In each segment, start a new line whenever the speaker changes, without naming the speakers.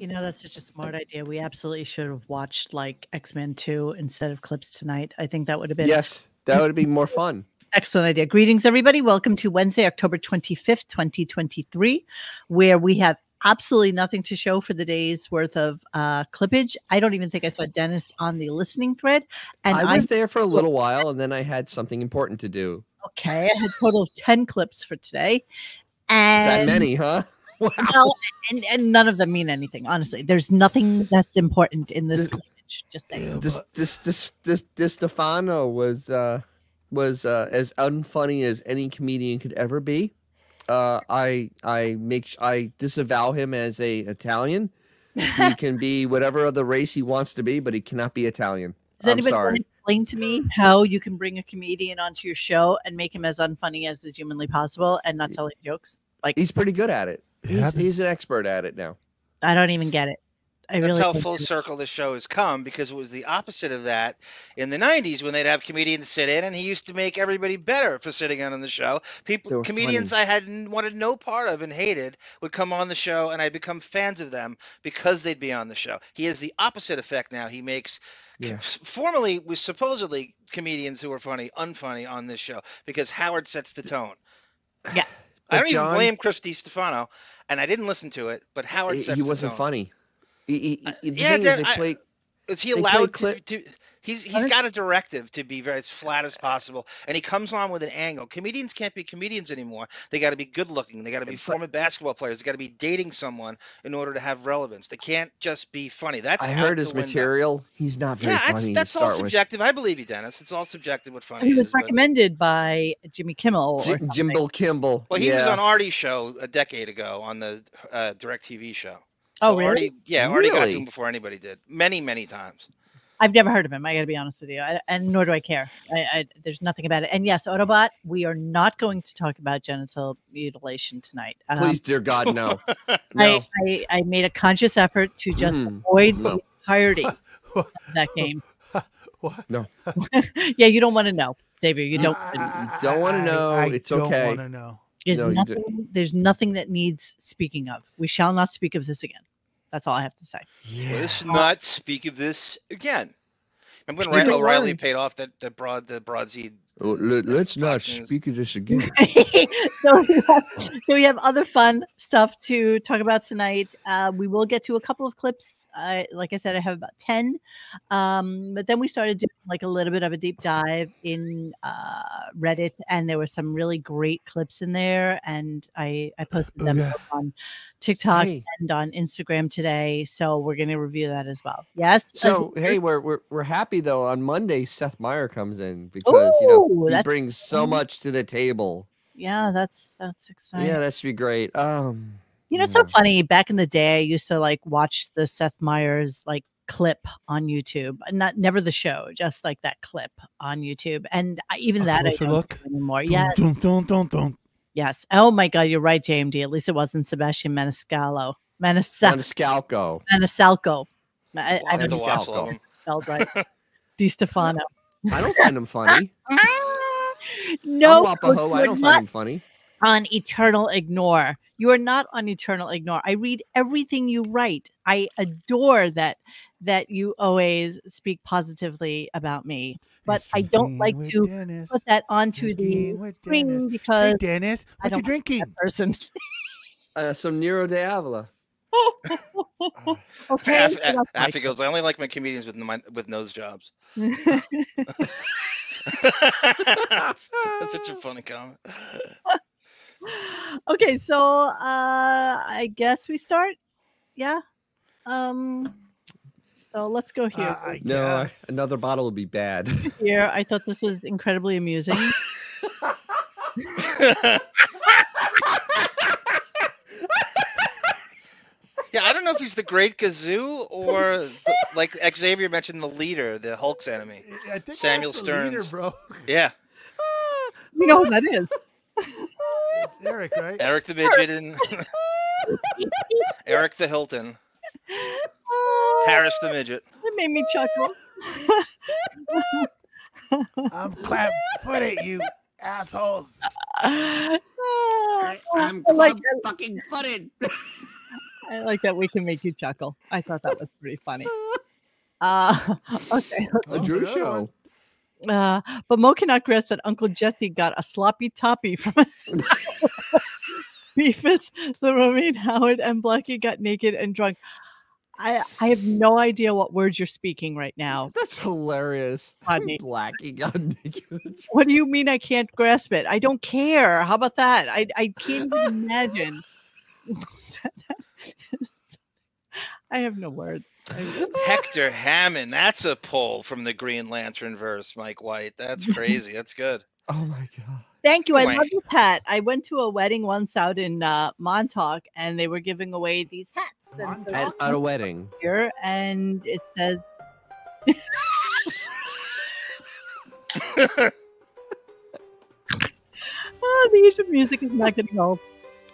know that's such a smart idea. We absolutely should have watched like X-Men 2 instead of clips tonight. I think that would have been
Yes, that would be more fun.
Excellent idea. Greetings, everybody. Welcome to Wednesday, October 25th, 2023, where we have absolutely nothing to show for the day's worth of uh, clippage. I don't even think I saw Dennis on the listening thread. And
I
I
was there for a little while and then I had something important to do.
okay. I had a total of 10 clips for today. And
That many, huh? Wow.
well, and, and none of them mean anything, honestly. There's nothing that's important in this
This-
clippage. Just saying.
This this this this this Stefano was uh was uh, as unfunny as any comedian could ever be. Uh, I I make s- I disavow him as a Italian. He can be whatever other race he wants to be, but he cannot be Italian.
Does
I'm
anybody want
sorry.
to explain to me how you can bring a comedian onto your show and make him as unfunny as is humanly possible and not tell him jokes? Like
He's pretty good at it.
It
He's, he's
happens.
an expert at it now.
I don't even get it. I
That's
really
how
don't
full
get it.
circle the show has come because it was the opposite of that in the 90s when they'd have comedians sit in and he used to make everybody better for sitting on the show.
They
People
were
comedians I had n- wanted no part of and hated would come on the show and I'd become fans of them because they'd be on the show. He has the opposite effect now. He makes
Yeah.
s- formerly was supposedly comedians who were funny unfunny on this show because Howard sets the tone.
Yeah.
I
But
don't even
John-
blame Christy Stefano and I didn't listen to it, but Howard
He,
sets
he
the
wasn't
tone.
funny. He- he- he- the
yeah,
thing is,
there-
they
I-
play-
Is he
They play
allowed to,
clip-
to? He's he's
Pardon?
got a directive to be very as flat as possible, and he comes on with an angle. Comedians can't be comedians anymore. They got to be good looking. They got to be
But-
former basketball players. They got to be dating someone in order to have relevance. They can't just be funny. That's
I
out
heard
the
his
window.
material. He's not very
Yeah, that's
funny
that's
to
all
start with.
subjective. I believe you, Dennis. It's all subjective what funny
He was
is. But,
recommended by Jimmy Kimmel. Or
Jim-
something.
Jimbo Kimball.
well, he was
yeah.
on Artie's show a decade ago on the uh, Directv show. So
oh, really?
Artie, yeah, Artie got to
Really?
him before anybody did. Many, many times.
I've never heard of him. I got to be honest with you, I, and nor do I care. I, I, there's nothing about it. And yes, Autobot, we are not going to talk about genital mutilation tonight. Um,
Please, dear God, no.
I,
no.
I, I made a conscious effort to just
Mm-mm.
avoid
no.
the entirety of that game.
What?
yeah, you don't want to know, Xavier. You don't.
I-
wanna know.
I-
Don't wanna
I-
know,
I
it's
don't
okay.
wanna know.
There's
No, you do-
nothing. There's nothing that needs speaking of. We shall not speak of this again. That's all I have to say.
Yeah.
Let's not speak of this again. Remember when
People
Randall O'Reilly
learn.
paid off that the broad the broadseed?
Oh, let- Let's not
Fox News.
speak of this again.
so, we have, so we have other fun stuff to talk about tonight. Uh, we will get to a couple of clips. I, like I said, I have about ten, um, but then we started doing like a little bit of a deep dive in uh, Reddit, and there were some really great clips in there, and I I posted them
Okay.
both on TikTok
Oh, Hey.
and on Instagram today. So we're going to review that as well. Yes. Uh,
So hey, we're, we're we're happy though. On Monday, Seth Meyer comes in because you know
Ooh,
he
that's
brings so
exciting.
much to the table.
yeah, that's that's exciting.
Yeah, that should be great. Um,
You know, it's so
Mhm.
funny. Back in the day, I used to like watch the Seth Meyers like clip on YouTube, not never the show, just like that clip on YouTube. And I, even
A
that I
closer
don't
look?
do anymore.
Dun,
Yes,
dun, dun, dun, dun.
yes. Oh my God, you're right, JMD. At least it wasn't Sebastian Maniscalco. Maniscalco.
Maniscalco.
Maniscalco. I,
Well,
I
I had
haven't
to
Mr.
watch all of
Alcohol.
them.
spelled right. Di Stefano.
I don't find him funny.
no,
I'm
Coach,
Wapaho. I
you're
don't
not
find him funny.
on eternal ignore. You are not on eternal ignore. I read everything you write. I adore that that you always speak positively about me. But
It's
I
from
don't
being
like
with
to
Dennis.
put that onto
Drinking
the
with Dennis.
screen
Hey
because
Dennis,
I
what you
don't
drinking?
that person.
Uh, some Nero de Avila.
okay.
Af-
so
a-
that's my-
After he goes, I only like my comedians with my, with nose jobs. That's such a funny comment.
okay, so uh I guess we start. Yeah. Um so let's go
Uh,
here.
I
No, I-
guess.
another bottle would be bad.
here. I thought this was incredibly amusing.
yeah, I don't know if he's the Great Gazoo or the- like Xavier mentioned, the leader, the Hulk's enemy.
I think
Samuel
that's the leader,
Stearns.
bro.
Yeah,
you know who that is.
It's Eric, right?
Eric the Midget and Eric the Hilton, Harris the Midget.
That made me chuckle.
I'm clap foot at you, assholes.
Ah, I
I'm
like,
fucking footed.
I I like that we can make you chuckle. I thought that was pretty funny. Uh, okay.
A
Oh,
Drew
good
show.
Uh, but Mo cannot grasp that Uncle Jesse got a sloppy toppy from Beefus, the Romaine Howard, and Blackie got naked and drunk. I I have no idea what words you're speaking right now.
That's hilarious.
Rodney.
Blackie got naked.
What do you mean I can't grasp it? I don't care. How about that? I I can't even imagine. I have no words. I-
Hector Hammond. That's a pull from the Green Lantern verse, Mike White. That's crazy. That's good.
Oh my god.
Thank you. I
Right.
love this hat. I went to a wedding once out in uh, Montauk, and they were giving away these hats. And they're
At,
all
at a wedding.
here, and it says, "Oh, the age of music is not getting old."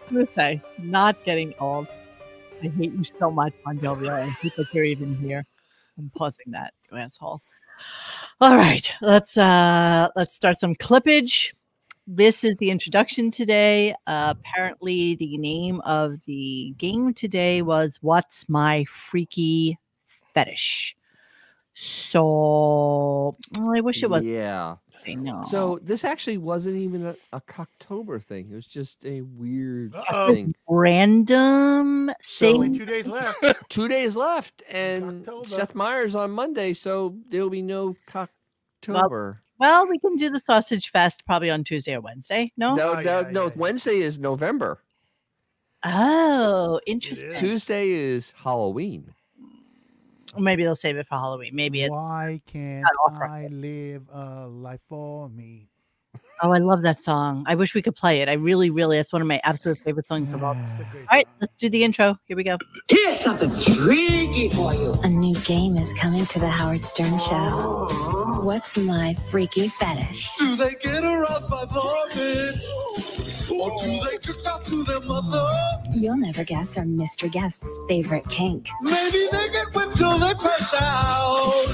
I'm gonna say, not getting old. I hate you so much, Bon Jovi. I hate that you're even here. I'm pausing that, you asshole. All right, let's uh let's start some clippage. This is the introduction today. Uh, apparently, the name of the game today was "What's My Freaky Fetish." So oh, I wish it was.
Yeah.
I know.
So this actually wasn't even a, a Cocktober thing. It was just a weird
Uh-oh.
thing.
random
So
thing.
Only two days left.
Two days left, and
Cocktober.
Seth Meyers on Monday, so there will be no Cocktober.
Well, we can do the sausage fest probably on Tuesday or Wednesday. No.
no,
Oh,
no,
yeah,
no.
yeah, yeah.
Wednesday is November.
Oh, interesting.
Yeah.
Tuesday is Halloween.
Maybe they'll save it for Halloween. Maybe it's.
Why can't
offer.
I live a life for me?
Oh, I love that song. I wish we could play it. I really, really. That's one of my absolute favorite songs of all. All
It's a great
right,
song.
let's do the intro. Here we go.
Here's something freaky for you.
A new game is coming to the Howard Stern Show. What's my freaky fetish?
Do they get aroused by vomit? Or do they jerk off to their mother?
You'll never guess our Mr. Guest's favorite kink.
Maybe they get whipped till they pass out.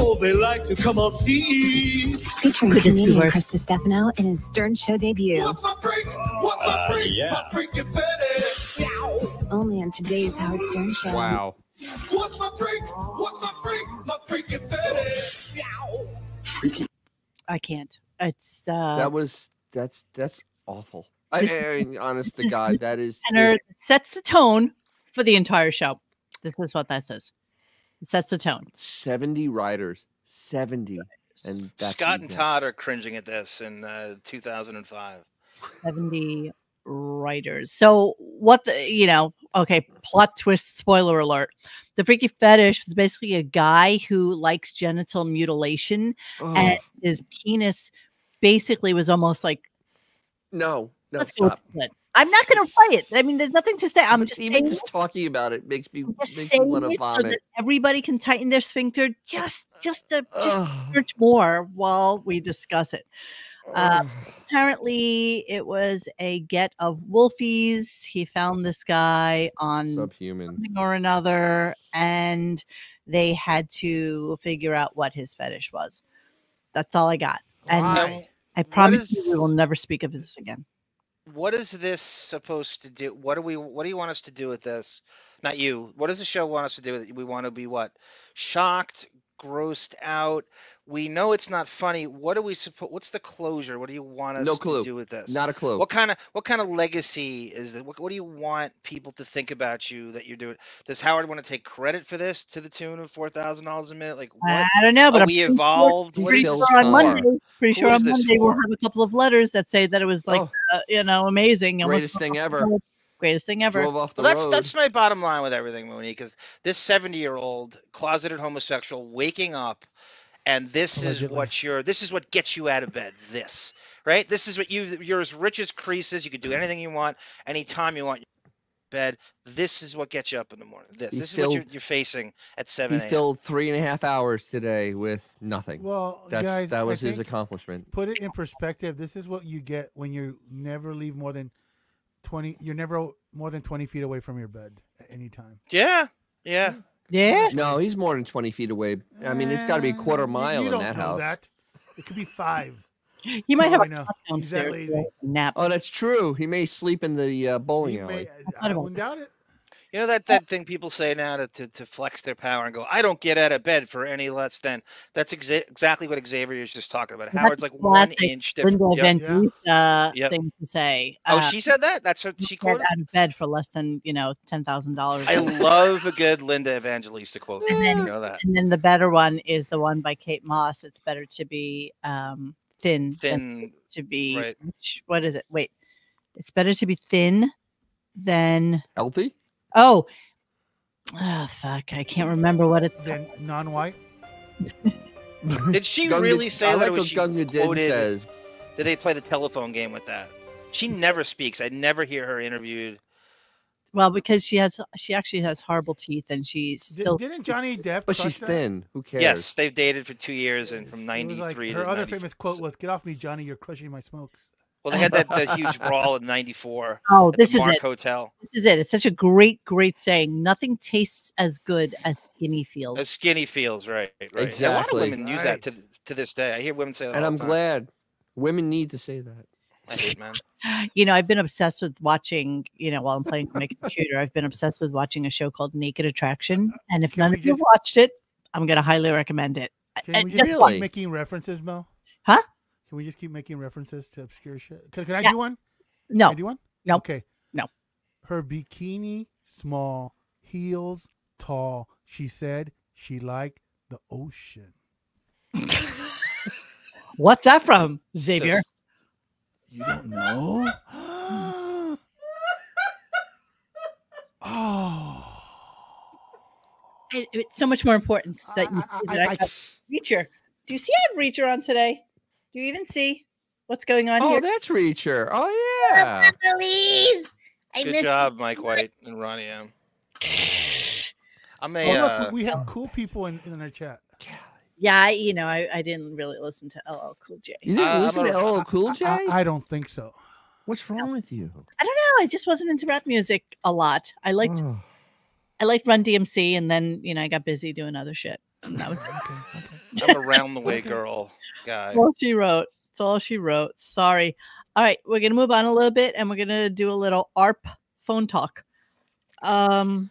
Or they like to come on feet.
Featuring
Could this be
comedian
worse?
Chris Stefano in his Stern Show debut.
What's my freak? What's my
Uh,
freak? My freaky fetish. Yow.
Only on today's Howard Stern Show.
Wow.
What's my freak? What's my freak? My freaky fetish. Yow.
I can't. It's uh,
That was that's that's awful. I,
Just-
I mean, honest to God, that is just-
tenor sets the tone for the entire show. This is what that says. It sets the tone.
seventy riders, seventy, and that's what
Scott
you
and
get.
Todd are cringing at this in uh, 2005.
70 writers. So what the you know, okay, plot twist spoiler alert. The freaky fetish was basically a guy who likes genital mutilation
Oh,
and his penis basically was almost like
no, no,
let's go with
stop.
split. I'm not gonna play it. I mean, there's nothing to say. I'm just
even
saying,
just talking about it makes me
just
makes me
saying
want to
it so
vomit.
that everybody can tighten their sphincter just just to just
Ugh,
search more while we discuss it. uh,
ugh.
apparently it was a get of wolfies he found this guy on
subhuman.
something or another and they had to figure out what his fetish was that's all i got and
Why?
Now,
i promise
is-
you we will never speak of this again
what is this supposed to do? What do we? What do you want us to do with this? Not you. What does the show want us to do with it? We want to be what? Shocked, grossed out. We know it's not funny. What do we suppo- What's the closure? What do you want us
No
to
clue.
do with this?
Not a clue.
What kind of what kind of legacy is that? What, what do you want people to think about you that you're doing? Does Howard want to take credit for this to the tune of four thousand dollars a minute? Like what?
i don't know but
Are
i'm
we
pretty sure-
evolved? What
pretty
is
sure
Phil
this
on
for?
monday pretty
Who
sure
is
on
this
monday we'll
for?
have a couple of letters that say that it was like
Oh,
uh, you know amazing and what's
greatest thing
going on in
ever.
the world, greatest thing ever
Drove off the
Well, that's
road.
that's my bottom line with everything, Mooney, because this 70 year old closeted homosexual waking up, and this is
Allegedly.
what you're this is what gets you out of bed. This right? This is what you you're as rich as creases. You can
Mm.
do anything you want, anytime you want. you're in Bed. This is what gets you up in the morning. This
He
this is what you're,
filled-
you're facing at
he
7 a.m.
filled three and a half hours today with nothing.
Well,
that's
guys, I
that was his
think-
accomplishment.
put it in perspective. This is what you get when you never leave more than twenty. You're never o- more than twenty feet away from your bed at any time.
Yeah, yeah.
yeah
No, he's more than twenty feet away. I mean, it's got to be a
Uh,
quarter
you-
mile
you
in
don't
that
know
house.
That. It could be five.
he might have a
Probably not.
cop downstairs
He's that
right?
lazy.
nap
Oh, that's true. He may sleep in the uh,
He
bowling alley.
may-
I
I
don't-
wouldn't doubt it.
You know that that thing people say now to, to to flex their power and go, I don't get out of bed for any less than. That's exa- exactly what Xavier is just talking about.
That's
Howard's like one
classic
inch different.
Linda
Yep.
Van
Yeah.
Dusen uh,
Yep.
thing to say.
Oh,
uh,
she said that. That's what
you
she
get
quoted.
out of bed for less than you know ten thousand dollars.
I love a good Linda Evangelista quote.
And
you
then-
know that
And then the better one is the one by Kate Moss. It's better to be um, thin, than
thin.
to be
right.
rich. what is it? Wait, it's better to be thin than
Healthy?
oh, oh fuck, I can't remember what it's.
Then non-white.
Did she
Gunga-
really say
I
that?
like
or
what
was she
Gunga Din
quoted?
says.
Did they play the telephone game with that? She never speaks. I never hear her interviewed.
Well, because she has, she actually has horrible teeth, and she's
Di-
still.
didn't Johnny Depp?
But
crush
she's
that?
thin. Who cares?
Yes, they've dated for two years and from
It was like-
'93
her
to
other
94.
famous quote was, "Get off me, Johnny! You're crushing my smokes."
Well, they had that, that huge brawl in '94.
Oh,
at
this
the
is
Mark
it.
Hotel.
This is it. It's such a great, great saying. Nothing tastes as good as skinny feels.
As skinny feels right. right. And A lot of
Exactly.
women use that to
Right.
th- to this day. I hear women say that.
And
all
I'm
the time.
glad. Women need to say that.
I hate men.
you know, I've been obsessed with watching, you know, while I'm playing on my computer, I've been obsessed with watching a show called Naked Attraction. And if
Can
none
we
of you
just-
watched it, I'm going to highly recommend it. I- I-
Can we just
guess
really-
what?
Really?
keep making references, Mel?
Huh?
Can we just keep making references to obscure shit? Can, can I
Yeah.
do one? Can
No,
I do one?
No.
Okay.
No.
Her bikini, small, heels, tall. She said she liked the ocean.
what's that from,
So
Xavier?
s-
You don't know? oh.
It- it's so much more important that you
I-
see
I-
that I,
I-
have Reacher. Do you see I have Reacher on today? Do you even see what's going on
Oh,
here?
that's Reacher. Oh yeah.
Please. I
Good
miss-
job, Mike White and Ronnie M. I'm
Oh,
a.
look,
uh,
we- we have cool people in, in our chat.
Yeah, I, you know, I, I didn't really listen to LL Cool J.
You didn't
Uh, I'm
listen to
a-
LL Cool J?
I, I don't think so.
What's wrong with you?
I don't know. I just wasn't into rap music a lot. I liked
Oh,
I liked Run DMC, and then you know I got busy doing other shit. And that was it.
Okay, okay.
I'm a round the way girl guy.
That's all she wrote. It's all she wrote. Sorry. All right, we're gonna move on a little bit, and we're gonna do a little ARP phone talk. Um.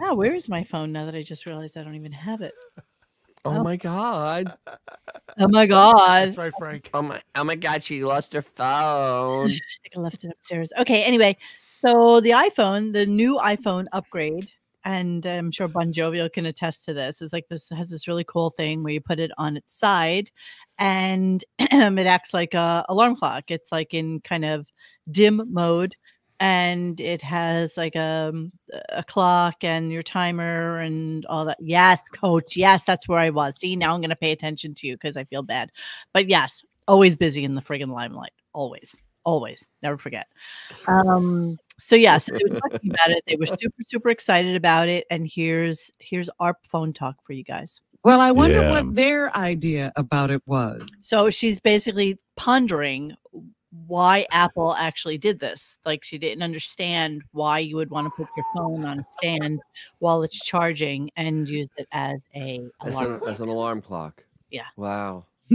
Ah, where is my phone now that I just realized I don't even have it?
oh my god.
Oh my god!
That's right, Frank.
Oh my oh my god, she lost her phone.
I think I left it upstairs. Okay, anyway, so the iPhone, the new iPhone upgrade, and I'm sure Bon Jovial can attest to this. It's like this has this really cool thing where you put it on its side and it acts like a alarm clock. It's like in kind of dim mode and it has like a, a clock and your timer and all that. Yes, coach. Yes, that's where I was. See, now I'm going to pay attention to you because I feel bad. But yes, always busy in the friggin' limelight. Always always never forget um so yeah so they were talking about it they were super super excited about it and here's here's our phone talk for you guys
Well, I wonder
Yeah.
what their idea about it was.
so she's basically pondering why apple actually did this like she didn't understand why you would want to put your phone on a stand while it's charging and use it as a
That's
alarm
an, that's an alarm clock.
Yeah.
Wow.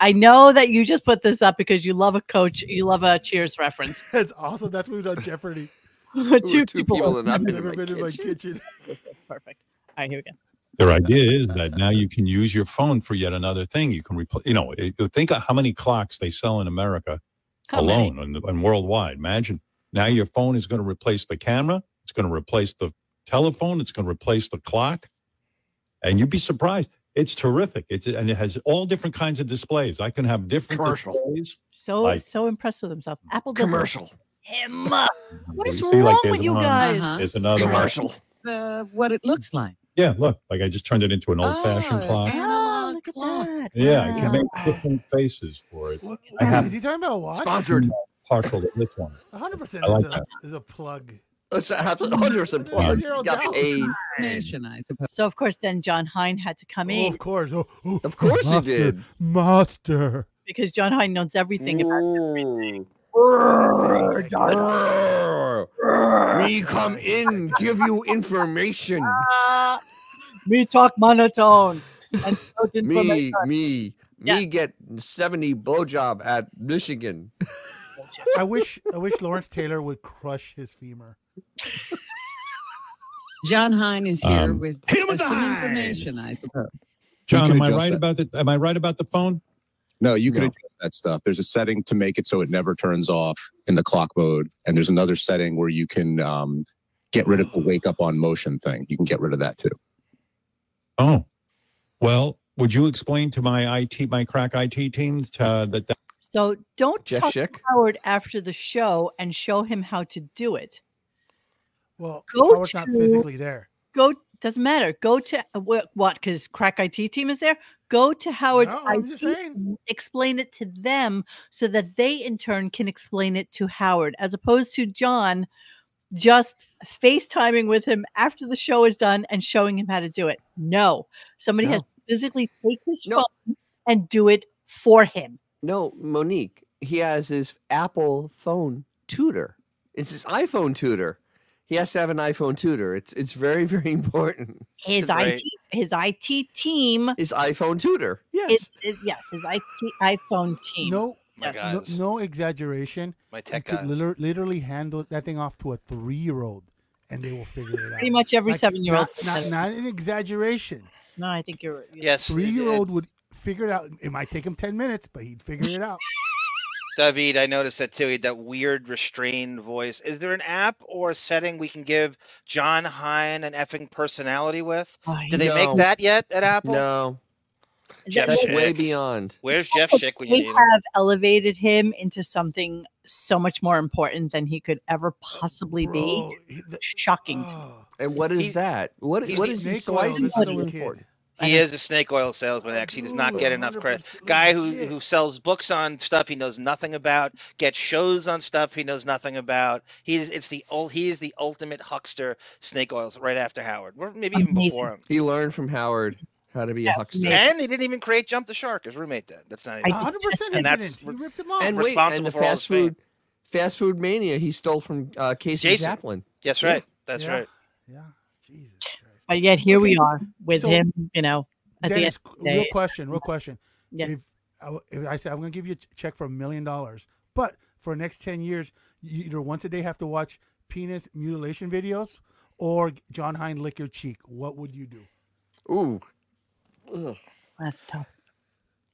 i know that you just put this up because you love a coach you love a cheers reference
That's awesome. That's what we done Jeopardy.
two,
Two, two people,
people
and I've been in
Never
my
been in my kitchen.
kitchen.
perfect all right here we go
Their idea is that now you can use your phone for yet another thing. You can replace, you know, it- think of how many clocks they sell in America
How many?
alone and, and worldwide. Imagine now your phone is going to replace the camera, it's going to replace the telephone, it's going to replace the clock. And you'd be surprised. It's terrific. It's, and it has all different kinds of displays. I can have different
Commercial.
displays.
So
Like-
so impressed with himself. Apple doesn't
Commercial.
him. up. What is
You see, like,
wrong
there's
with you
one.
guys?
Uh-huh.
There's another one.
Commercial.
Uh, what it looks like.
Yeah, look, like I just turned it into an old fashioned
Oh,
clock.
Oh,
Analog
look at
clock.
that.
Yeah, I
Wow.
can make different faces for it.
Look at
I
that.
have- Mm,
Is he talking about a watch?
Sponsored.
Partial to this one.
100% is,
I like
a,
that.
is a plug.
That's a hundred- hundred percent plus.
Zero
Got
doubt.
paid.
Nation, I suppose.
So of course then John Hine had to come
Oh,
in
of course. Oh, oh,
Of course he
master,
did.
Master.
because John Hine knows everything about
Ooh.
Oh,
We come in, give you information.
me talk monotone and so did from
Me, me,
Yeah.
me get 70 blowjob at Michigan.
I wish I wish Lawrence Taylor would crush his femur.
John Hine is here
Um,
with
hit him with
us
the
some
Hine!
information, I suppose.
John,
can
am I
adjust
right
that.
about the am I right about the phone?
No, you can
No.
adjust that stuff. There's a setting to make it so it never turns off in the clock mode, and there's another setting where you can um, get rid of the wake up on motion thing. You can get rid of that too.
Oh. Well, would you explain to my IT my crack IT team uh, that that
So don't
Jeff
talk
Schick.
to Howard after the show and show him how to do it.
Well,
Go
Howard's not
to-
physically there.
Go doesn't matter. Go to what what because crack IT team is there. Go to Howard's
No, I'm just
IT
saying.
team, explain it to them so that they in turn can explain it to Howard as opposed to John just FaceTiming with him after the show is done and showing him how to do it. No. Somebody has to physically take his
No.
phone and do it for him.
No, Monique. He has his Apple phone tutor. It's his iPhone tutor. He has to have an iPhone tutor. It's it's very very important.
His
That's right.
IT his IT team
His iPhone tutor. Yes.
is, is yes, his IT iPhone team.
No,
My
Yes.
no,
guys,
no exaggeration.
my
You
tech
could
guys.
liter- literally hand that thing off to a three year old and they will figure it out.
Pretty much every
Like,
seven year old.
Not, not, not an exaggeration.
No, I think you're. you're
Yes, it-
Three year old
it-
would figure it out. It might take him 10 minutes, but he'd figure it out.
David, I noticed that too. He had that weird restrained voice. Is there an app or a setting we can give John Hine an effing personality with?
right.
Did they
No.
make that yet at Apple?
No,
Is
Jeff
that-
that's
Schick.
way beyond.
Where's
It's not
Jeff
like
Schick when you
They
need him?
have elevated him into something so much more important than he could ever possibly
Bro,
be.
he- the-
Shocking. to me.
oh,
And what is
He's-
that? What
he's
what
the
is he?
snake
So why
oil
Oh, is he
that's
so
in the
kid.
important?
He is a snake oil salesman. Actually, he does not get
Dude,
enough credit.
100%
Guy who
legit.
who sells books on stuff he knows nothing about, gets shows on stuff he knows nothing about. He's it's the ul- he is the ultimate huckster. Snake oils right after Howard, or maybe even
Amazing.
before him.
He learned from Howard how to be a
Yeah,
huckster.
amazing.
And he didn't even create Jump the Shark. His roommate did. That's not.
I
Even,
did.
100% he
And that's-
didn't. He ripped him off.
And wait,
responsible
and the
for all
fast
his fame.
food, fast food mania. He stole from uh, Casey
Jason.
Chaplin.
yes,
yeah.
right. That's
Yeah.
right.
Yeah. Jesus Christ.
But yet here we
Okay.
are with
So-
him, you know, at the end.
Dennis,
the
real
day- um,
question, real question.
Yeah.
If I, w- if I said I'm going to give you a ch- check for a million dollars, but for the next ten years, you either once a day have to watch penis mutilation videos or John Hine lick your cheek, what would you do?
Ooh,
That's tough.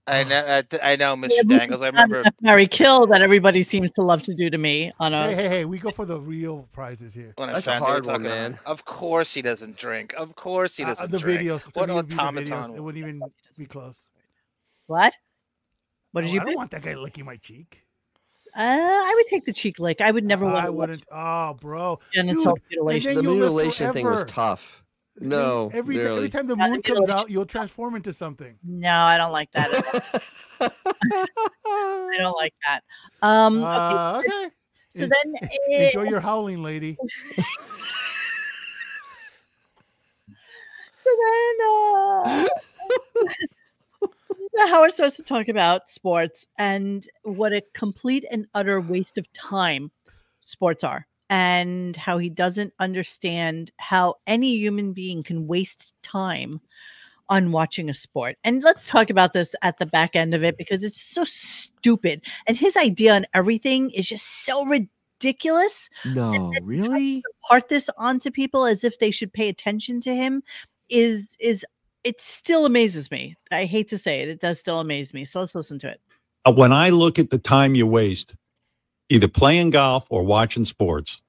I know. I, th- I know,
Yeah,
Mr.
this
Dangles.
is
I
not
remember.
Death, Marry Kill that everybody seems to love to do to me on a.
Hey, hey, hey! We go for the real prizes here.
When
That's a
I found they were
hard one,
talking about-
man.
Of course he doesn't drink. Of course he
Uh,
doesn't
the
drink.
videos. to
What
me, it would be the
automaton?
videos. It wouldn't even be close.
What? What did
Oh,
you
I
pick?
don't want that guy licking my cheek.
uh, I would take the cheek lick. I would never want
I
to watch
wouldn't. Oh, bro.
genital
Dude,
mutilation.
Then
the
you'll live
mutilation thing was
forever.
tough.
Then
No,
Every every
really.
time the
Yeah, the
moon comes
mutilation.
out, you'll transform into something.
No, I don't like that. I don't like that. Um, okay,
Uh, okay.
so
en-
then it-
Enjoy your howling, lady.
So then, uh, Howard starts to talk about sports and what a complete and utter waste of time sports are, and how he doesn't understand how any human being can waste time on watching a sport. And let's talk about this at the back end of it because it's so stupid. And his idea on everything is just so ridiculous
no, really.
impart this onto people as if they should pay attention to him is is it still amazes me. I hate to say it, it does still amaze me. So let's listen to it.
Uh, when I look at the time you waste, either playing golf or watching sports,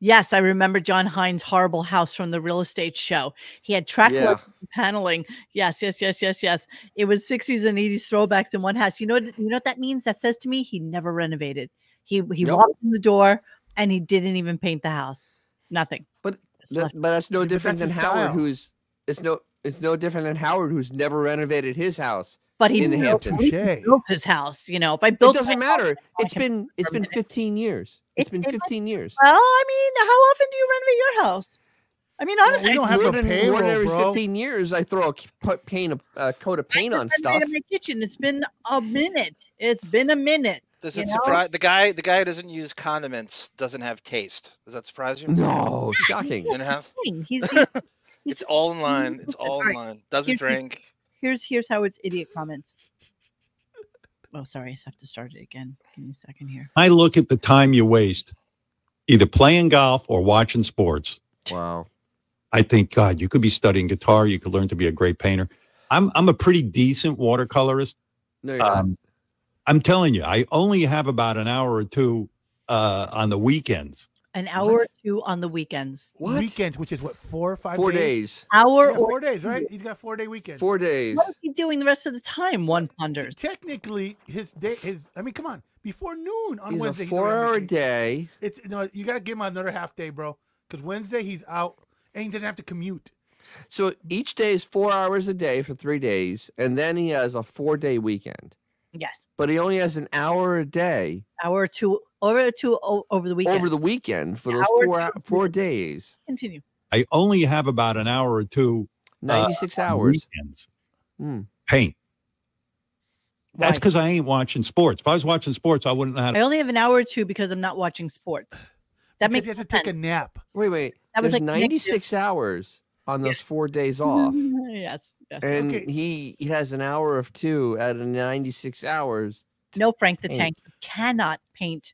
Yes, I remember John Hines' horrible house from the real estate show. He had track
Yeah.
level paneling. Yes, yes, yes, yes, yes. It was 60s and 80s throwbacks in one house. You know, what- you know what that means? That says to me he never renovated. He he
Nope.
walked in the door and he didn't even paint the house. Nothing.
But
Just
Th-
left
but that's no
But
different
that's
than
his
Howard,
style.
who's it's no it's no different than Howard, who's never renovated his house.
but he
in the
built-
Hamptons.
he
Touche.
built his house. You know, if I
It
built my
doesn't
house,
matter. It's
can
been it's been
minute.
15 years.
It's
It's been
been like-
15 years.
Well, I mean, how often do you renovate your house? I mean, honestly,
we don't have
More
a
than, more than
payroll,
every
bro.
15 years, I throw a c- put paint a a coat of paint
I
on
just
stuff.
renovated my kitchen. It's been a minute. It's been a minute.
Does
You
it
know?
surprise the guy? The guy who doesn't use condiments doesn't have taste. Does that surprise you?
No, shocking.
You know how-
Thing. He's, he's, he's
It's all in line. It's
Listen,
all in
alright,
line. Doesn't
here's the-
drink.
here's here's Howard's idiot comments. Oh, sorry, I just have to start it again. Give me a second here.
I look at the time you waste,
either playing golf or watching sports.
Wow.
I think God, you could be studying guitar. You could learn to be a great painter. I'm I'm a pretty decent watercolorist.
No, you're
Um, I'm telling you, I only have about an hour or two uh, on the weekends.
An hour or two on the weekends.
What?
Weekends, which is what four or five
Four
days.
days.
Hour
Yeah,
or
four days, right? He's got four day weekends.
Four days.
what is he doing the rest of the time? One
T-
ponders.
Technically, his day is. I mean, come on. Before noon on
He's
Wednesday,
a
he's already on
four-hour
vacation.
day.
It's no. You gotta give him another half day, bro. Because Wednesday he's out, and he doesn't have to commute.
So each day is four hours a day for three days, and then he has a four-day weekend.
Yes,
But he only has an hour a day
hour or two over or two o- over the weekend.
over the weekend for those
Hour
four
to-
hou- four days.
Continue.
I only have about an hour or two uh,
Ninety-six
on
hours.
weekends.
Hmm.
Paint. That's
Why?
because I ain't watching sports. If I was watching sports, I wouldn't know how to.
I only have an hour or two because I'm not watching sports. That
because
makes
he has to
sense.
take a nap.
Wait, wait.
That was
There's
like next year.
ninety-six hours on those four days off.
yes, yes.
And
Okay.
he he has an hour of two out of 96 hours.
no, Frank the
paint.
Tank you cannot paint,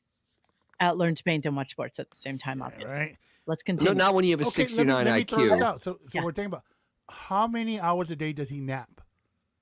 out learn to paint and watch sports at the same time.
All
Obviously,
right.
let's
No,
continue.
not when you have a
Okay,
69
let me, let me throw this
IQ.
out. So, so
Yeah.
we're talking about how many hours a day does he nap?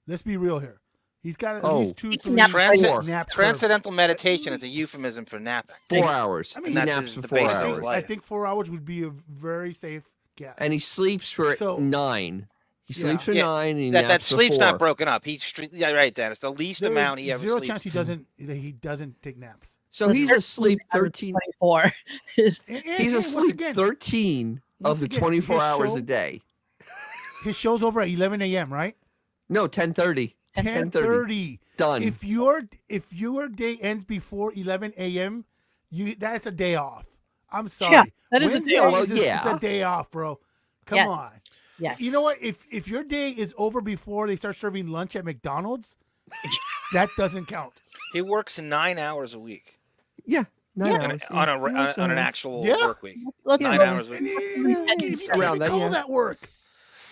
Let's be real here. He's got at
Oh.
least two,
He can
three
nap
Transit-
four.
nap per-
Transcendental meditation is a euphemism for napping.
Four hours.
I
I
mean,
mean,
that's
naps
his-
for
the
four
I
base of his
hours.
think, I think four hours would be a very safe guess.
And he sleeps for
So-
nine. He
Yeah.
sleeps for
Yeah,
nine. And he
That that
naps for
sleep's
four.
not broken up. He's stre- yeah, right, Dennis. The least
There is
amount he ever
zero
sleeps.
chance he doesn't that he doesn't take naps.
So he's asleep 13.
24 is
And- and-
He's
and once
asleep
again,
13
once
of the
again,
24
his
hours
show-
a day.
His show's over at 11 a.m. Right?
No, 1030.
10:30.
1030. Done.
If your if your day ends before 11 a.m., you that's a day off. I'm sorry.
that is a
Wednesday
day off.
Well,
is a- it's
yeah.
a day off, bro. Come
Yes.
on.
yes.
You know what? If if your day is over before they start serving lunch at McDonald's, that doesn't count.
He works nine hours a week
yeah. Nine
on,
hours.
a, on, a, re- on, on an
hours.
actual
Yeah.
work week.
Let's
Nine
go.
hours a
And
week.
you- you can't even
Around that,
call
yeah.
that work.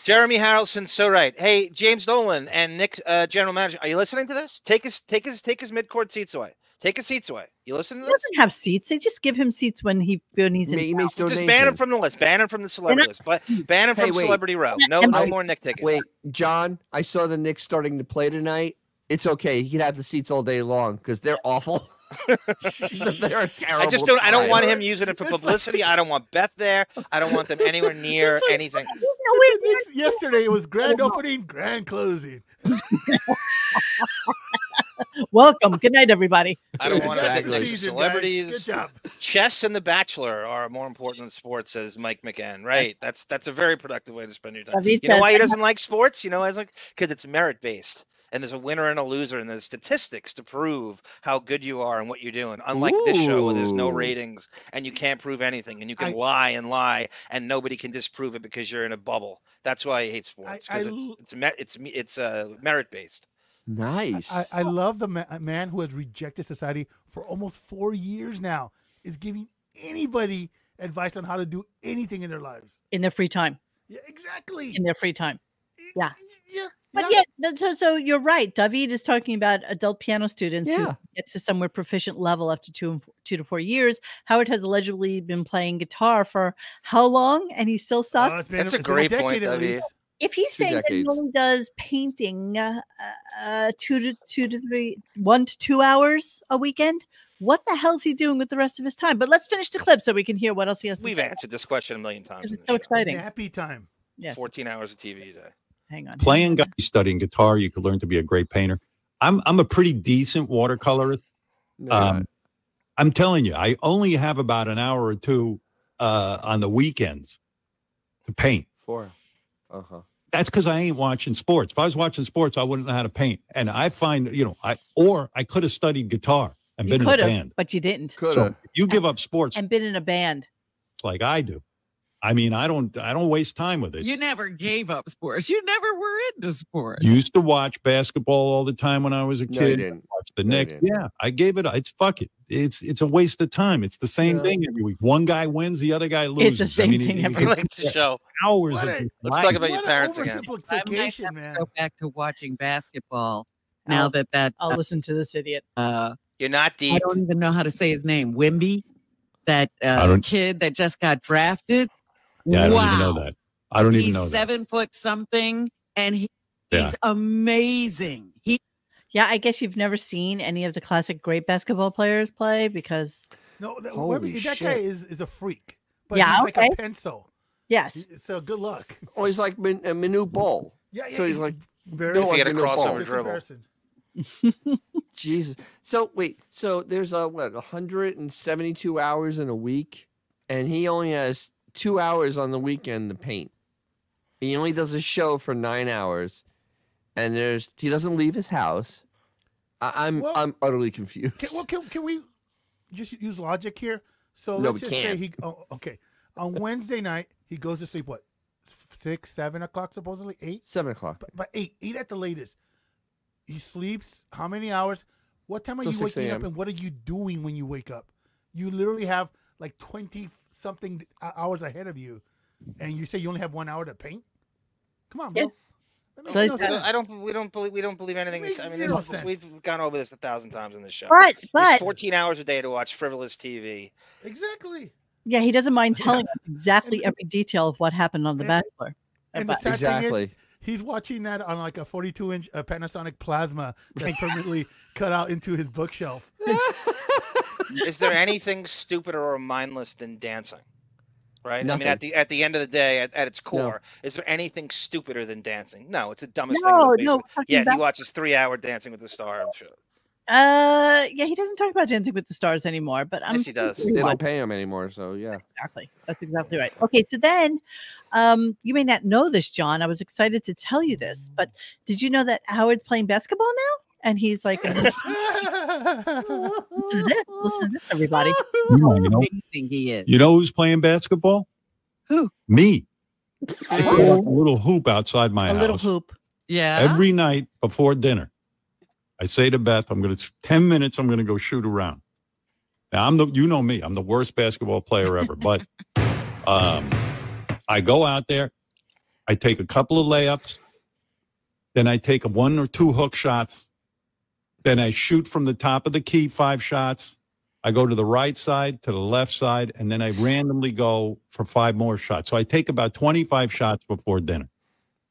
Jeremy Harrelson, so right. Hey, James Dolan and Nick, uh, general manager, are you listening to this? Take his, take his, take his midcourt seats away. Take his seats away. You listen to
He
this?
doesn't have seats. They just give him seats when he when he's
Ma- He
in.
makes
Just ban him
donations.
from the list. Ban him from the celebrity list. But ban him
Hey,
from
wait.
celebrity row.
They're
No,
not
no
empty.
more Nick tickets.
Wait, John, I saw the Knicks starting to play tonight. It's okay. He can have the seats all day long because they're awful. they're a terrible.
I just don't. I don't
time.
want him using it for
It's like-
publicity. I don't want Beth there. I don't want them anywhere near
like-
anything.
The Knicks- Yesterday it was grand
Oh,
opening, grand closing.
Welcome. Good night, everybody.
I don't want
Exactly.
to
Season,
Nick
guys.
celebrities.
Good job.
Chess and The Bachelor are more important than sports, says Mike McCann. Right? That's that's a very productive way to spend your time.
David
You know
says,
why he doesn't like sports? You know, I like because it's merit based, and there's a winner and a loser, and there's statistics to prove how good you are and what you're doing. Unlike this show, where there's no
Ooh.
ratings and you can't prove anything, and you can
I-
lie and lie, and nobody can disprove it because you're in a bubble. That's why I hate sports
I
because it's
l-
it's me- it's me- it's uh, merit based.
Nice.
I, I love the ma- a man who has rejected society for almost four years now is giving anybody advice on how to do anything in their lives.
in their free time.
Yeah, exactly.
In their free time. yeah.
Yeah.
But
yeah.
yeah, th- so, so you're right. David is talking about adult piano students
Yeah.
who get to somewhere proficient level after two and f- two to four years. Howard has allegedly been playing guitar for how long, and he still
Oh,
sucks.
it's been-
That's a
it's been
great
decade
point,
at
David.
least.
if he's
Two
saying
decades.
that he only does painting uh, uh, two to two to three, one to two hours a weekend, what the hell's he doing with the rest of his time? But let's finish the clip so we can hear what else he has to
We've
say.
answered this question a million times.
Because
in
It's
the
so
show.
exciting.
Nappy time.
Yes.
14 hours of TV a day.
Hang on.
Playing, guy, studying guitar, you could learn to be a great painter. I'm I'm a pretty decent watercolorist.
No, you're
Um,
not.
I'm telling you, I only have about an hour or two uh, on the weekends to paint.
four. Uh huh.
that's because I ain't watching sports. If I was watching sports, I wouldn't know how to paint. And I find, you know, I or I could have studied guitar and
You
been in a
could have,
band.
but you didn't.
Could
So
have.
you give up sports
And been in a band.
like I do. I mean, I don't I don't waste time with it.
You never gave up sports. You never were into sports.
Used to watch basketball all the time when I was a
no, you
kid.
didn't.
watch the
No, you
Knicks.
didn't.
Yeah, I gave it. a- It's fuck it. It's it's a waste of time. It's the same
Yeah.
thing every week. One guy wins, the other guy
It's
loses.
the same
I mean, it-
thing
it-
every
it's
Like the show.
hours.
What
Of
a-
Let's talk about
What
your
an
parents again.
I might have
Oversimplification, man.
to go back to watching basketball now
I'll-
that that
I'll listen to this idiot.
uh,
You're not
I
deep.
don't even know how to say his name. Wimby. that
I
uh,
don't-
kid that just got drafted.
Yeah, I don't even know
Wow.
that. I don't even
he's
know that.
seven foot something, and he,
Yeah.
he's amazing. He
Yeah, I guess you've never seen any of the classic great basketball players play because
No, that,
Holy
Webby- that guy
shit.
is, is a freak. But
Yeah,
he's like
okay.
a pencil.
Yes.
So good luck.
Oh, he's like Min- a Minu Ball.
Yeah, yeah.
So he's like,
very
no,
If he had a
I'm gonna ball.
crossover dribble.
Jesus. So wait, so there's a what 172 hours in a week, and he only has two hours on the weekend to paint. He only does a show for nine hours, and there's he doesn't leave his house. I, I'm
Well-
I'm utterly confused.
Can, well, can, can we just use logic here? So
No,
let's
we
just say
can't.
he. Oh, okay. On Wednesday night, he goes to sleep. What? f- Six, seven o'clock, supposedly eight.
Seven o'clock.
But, but eight, eight at the latest. He sleeps how many hours? What time are
Till
you
6
waking up,
a.m..
and what are you doing when you wake up? You literally have like twenty something hours ahead of you, and you say you only have one hour to paint. Come on, bro.
Yes.
That makes
So
no
it's-
I don't,
sense.
I don't- We don't believe. We don't believe anything.
makes
This, I mean,
zero
this, is- we've
sense.
gone over this a thousand times in this show.
But
There's
but
14 hours a day to watch frivolous TV.
Exactly.
yeah, he doesn't mind telling us exactly every detail of what happened on The
And-
Bachelor.
And the
But-
sad thing is,
Exactly.
he's watching that on like a 42 inch uh, Panasonic plasma that's permanently cut out into his bookshelf.
Is there anything stupider or mindless than dancing? Right. I mean,
Nothing.
at the at the end of the day, at, at its
No.
core, is there anything stupider than dancing? No, it's the dumbest thing.
No,
on the face
no,
of-
fucking
Yeah, he
Bac-
watches three-hour Dancing with the Stars. show.
uh, yeah, he doesn't talk about Dancing with the Stars anymore. But I'm
Yes, he does.
pretty
They
sure he
don't pay him anymore, so yeah.
exactly. That's exactly right. Okay, so then um, you may not know this, John. I was excited to tell you this, but did you know that Howard's playing basketball now? And he's like, listen to this, listen to this, everybody.
You know, you know,
amazing he is.
you know who's playing basketball?
Who?
Me. I walk a little hoop outside my
A
house.
little hoop.
Yeah.
Uh-huh.
every night before dinner. I say to Beth, I'm going to 10 minutes, I'm going to go shoot around. Now I'm the you know me, I'm the worst basketball player ever, but um I go out there, I take a couple of layups, then I take one or two hook shots, then I shoot from the top of the key five shots. I go to the right side, to the left side, and then I randomly go for five more shots. So I take about 25 shots before dinner.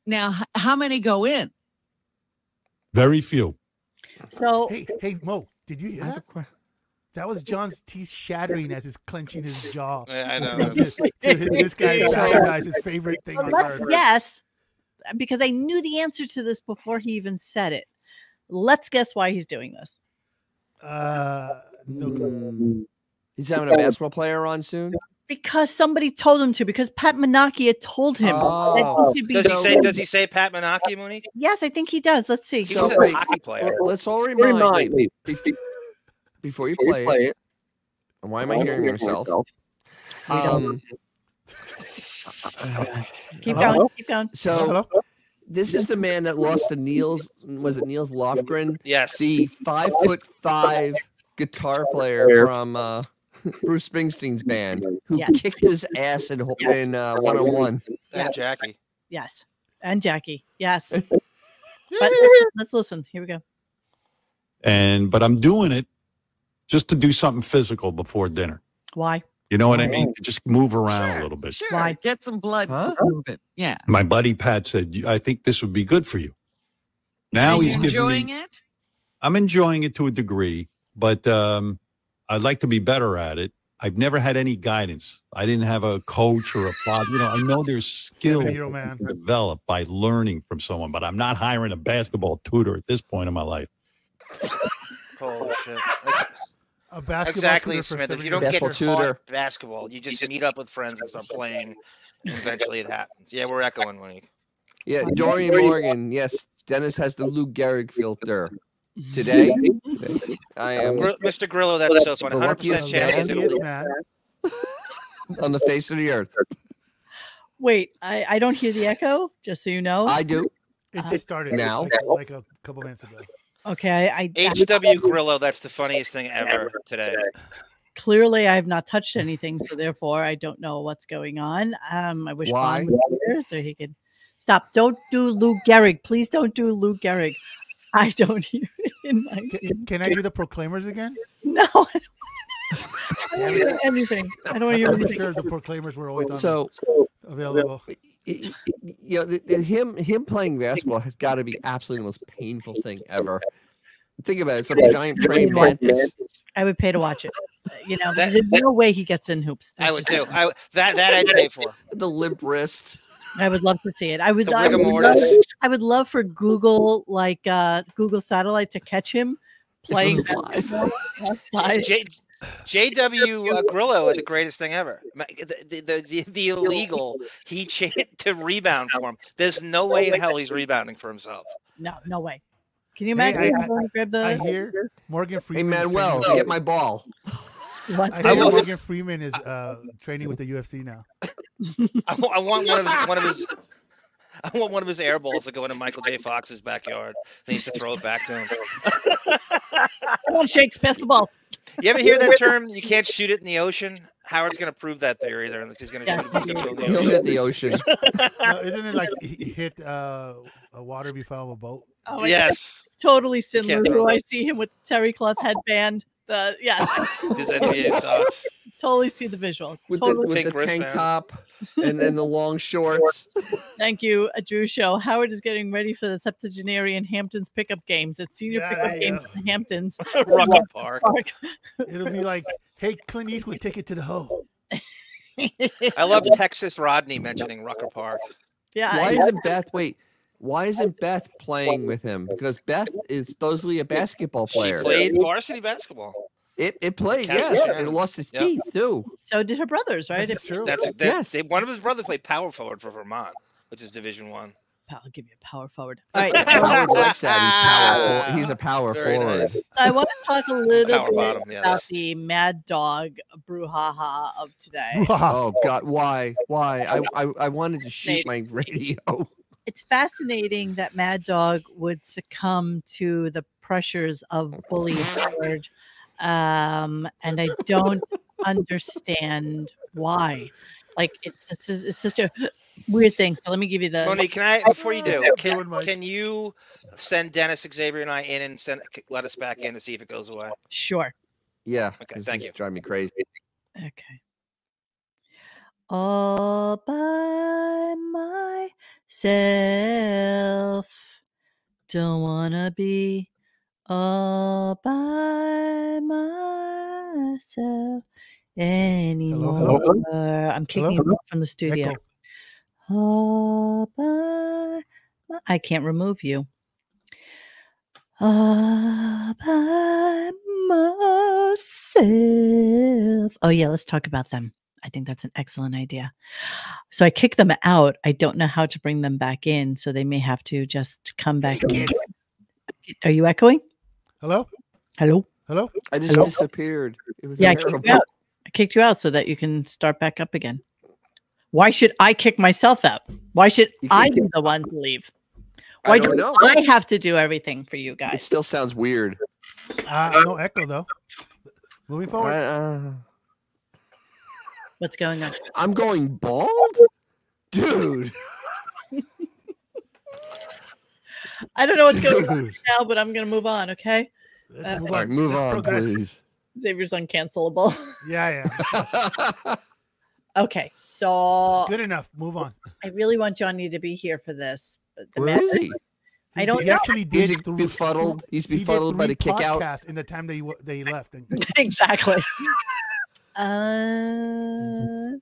now, h- how many go in?
Very few.
So
Hey, hey, Mo, did you hear that? That was John's teeth shattering as he's clenching his jaw.
Yeah, I know.
listening to, to his- this guy telling his favorite thing
Well,
on
let's
earth.
guess because I knew the answer to this before he even said it. Let's guess why he's doing this.
Uh, no clue.
Mm. He's having a basketball player on soon.
Because somebody told him to, because Pat Menachia told him that
Oh.
he should be.
Does he
So-
say? Does he say Pat Menachie, Mooney?
yes, I think he does. Let's see.
He
So-
was a hockey player.
Well, Let's all remind, wait, bef- before you play, it. And why am I hearing myself? Um,
Keep
Hello?
going. Keep going.
so
Hello?
this is the man that lost to Niels. Was it Niels Lofgren,
Yes.
the five foot five guitar player from uh, Bruce Springsteen's band, who
Yeah.
kicked his ass in ho- in uh, one on one?
and Jackie.
Yes. And Jackie. Yes. but let's, let's listen. Here we go.
and but I'm doing it just to do something physical before dinner.
Why?
You know what I mean? Just move around
Oh. Sure,
a little bit.
Sure.
Why?
Get some blood
Huh?
moving. Yeah.
My buddy Pat said, "You- "I think this would be good for you." Now
Are you
he's giving
enjoying
me.
it.
I'm enjoying it to a degree, but um, I'd like to be better at it. I've never had any guidance. I didn't have a coach or a plot. You know, I know there's skills that
Seven-year-old
you
man.
can develop by learning from someone, but I'm not hiring a basketball tutor at this point in my life.
Holy shit. That's-
A basketball
Exactly,
tutor for
Smith. If
seven
you don't
years
get
Basketball
old.
taught
tutor.
basketball, you just meet up with friends and start playing. and Eventually, it happens. Yeah, we're echoing, Monique.
Yeah, Dorian Morgan. Yes, Dennis has the Lou Gehrig filter today. today, I am
Gr- Mr. Grillo, that's so funny.
The
100
luckiest
percent
man
chance. he's
in
in
the
Yes,
a loop.
man.
on the face of the earth.
Wait, I, I don't hear the echo, just so you know.
I do.
It just started
Now?
like, like a couple minutes ago.
okay. I, I
H.W. Grillo, that's the funniest thing ever today.
clearly I have not touched anything, so therefore I don't know what's going on. Um, I wish
Why?
Juan was here so he could stop. Don't do Lou Gehrig, please. Don't do Lou Gehrig. I don't hear it in my
Can, can I do the Proclaimers again?
no. I don't wanna I don't hear anything. I don't hear
I'm
anything.
sure the proclaimers were always on
So-
available.
it- it- you know, th- th- him him playing basketball has got to be absolutely the most painful thing ever. Think about it, some giant praying mantis.
I would pay to watch it. Uh, You know, there's no way he gets in hoops.
I
There's
would
just-
too. I would- that that I'd pay for.
the limp wrist.
I would love to see it. I would.
The
I would,
rigor
love,
mortis.
I would love for Google, like uh, Google satellite, to catch him playing
was live.
basketball outside.
J, JW uh, Grillo, the greatest thing ever. Ma- The, the, the, the, the illegal, he cheated to rebound for him. There's no way in hell he's rebounding for himself.
No, no way. Can you
Hey,
imagine?
I-
him going to grab the.
I hear Morgan
Hey
Freeman. is training
Manuel,
with-
get my ball.
What
I
the-
hear
will-
Morgan Freeman is uh, training with the UFC now.
I, wa- I want one of his, one of his I want one of his air balls to go into Michael J. Fox's backyard. And he used to throw it back to him.
Come on, Shakes, pass the ball.
You ever hear that term? You can't shoot it in the ocean. Howard's going to prove that theory there, unless he's going to shoot it. He's going to throw it in the
He'll
ocean.
hit the ocean.
No, isn't it like he he hit uh, a water before a boat?
Oh, my God.
Yes,
Totally Sin
can't
Lulu.
throw it.
I see him with terry cloth headband. The yes,
his NBA socks.
totally see the visual.
With the,
totally.
with
Pink
the tank
wristband.
top and, and the long shorts.
Thank you, a Drew Show. Howard is getting ready for the septuagenarian Hamptons pickup games. It's senior
Yeah,
pickup
yeah.
games in the Hamptons.
Rocket Park.
Park.
It'll be like, hey, Clint Eastwood, take it to the hoe.
I love Texas Rodney mentioning Rucker Park.
Yeah,
Why
I-
isn't Beth wait? Why isn't Beth playing with him? Because Beth is supposedly a basketball
She
player.
played varsity basketball.
It it played,
Cast
yes.
iron.
It lost its
Yep.
teeth too.
so did her brothers, right?
This is
If-
true.
That's that,
Yes.
they, one of his brothers played power forward for Vermont, which is Division One.
Pow- I'll give you a power forward. All right.
Howard likes that. He's powerful. He's a power
Very
forward.
nice.
Ah. I want to talk a little
Power
bit
bottom, yeah.
about the Mad Dog brouhaha of today.
Oh God, why? Why? I, I I wanted to shoot my radio.
it's fascinating that Mad Dog would succumb to the pressures
Oh,
of bully Howard, um, and I don't understand why. Like it's, it's, it's such a weird thing. So let me give you the.
Monique, can I before you do,
Doing
can,
my-
can you send Dennis, Xavier, and I in and send let us back in to see if it goes away?
Sure.
Yeah.
Okay,
this
thank
is
you.
Driving me crazy.
Okay. All by myself. Don't wanna be all by myself anymore.
hello,
I'm kicking
Hello?
it out from the studio.
Echo.
All by my- I can't remove you. All by myself. Oh yeah, let's talk about them. I think that's an excellent idea. So I kick them out. I don't know how to bring them back in, so they may have to just come back. in. Are you echoing?
Hello?
Hello.
Hello?
I just
Hello?
disappeared. It was
Yeah, I
terrible.
kicked you out. I kicked you out so that you can start back up again. Why should I kick myself out? Why should
You can't
I be
kick-
the one to leave?
I
Why
don't
do
know.
I have to do everything for you
It
guys?
still sounds weird.
Uh, no echo, though. Moving
I,
forward.
uh,
What's going on?
I'm going bald, dude.
I don't know what's going on
dude.
now, but I'm gonna move on. Okay, Uh,
Let's
All right, move
Let's
on,
progress.
please.
Xavier's uncancelable.
Yeah, yeah.
okay, so
It's good enough. Move on.
I really want Johnny to be here for this. But the
Where
man-
is he?
I
He's-
don't
he
know.
actually did
He's
three-
befuddled. He's
he did
befuddled by
three
the kick out.
podcasts in the time they w- they left. And
exactly. uh,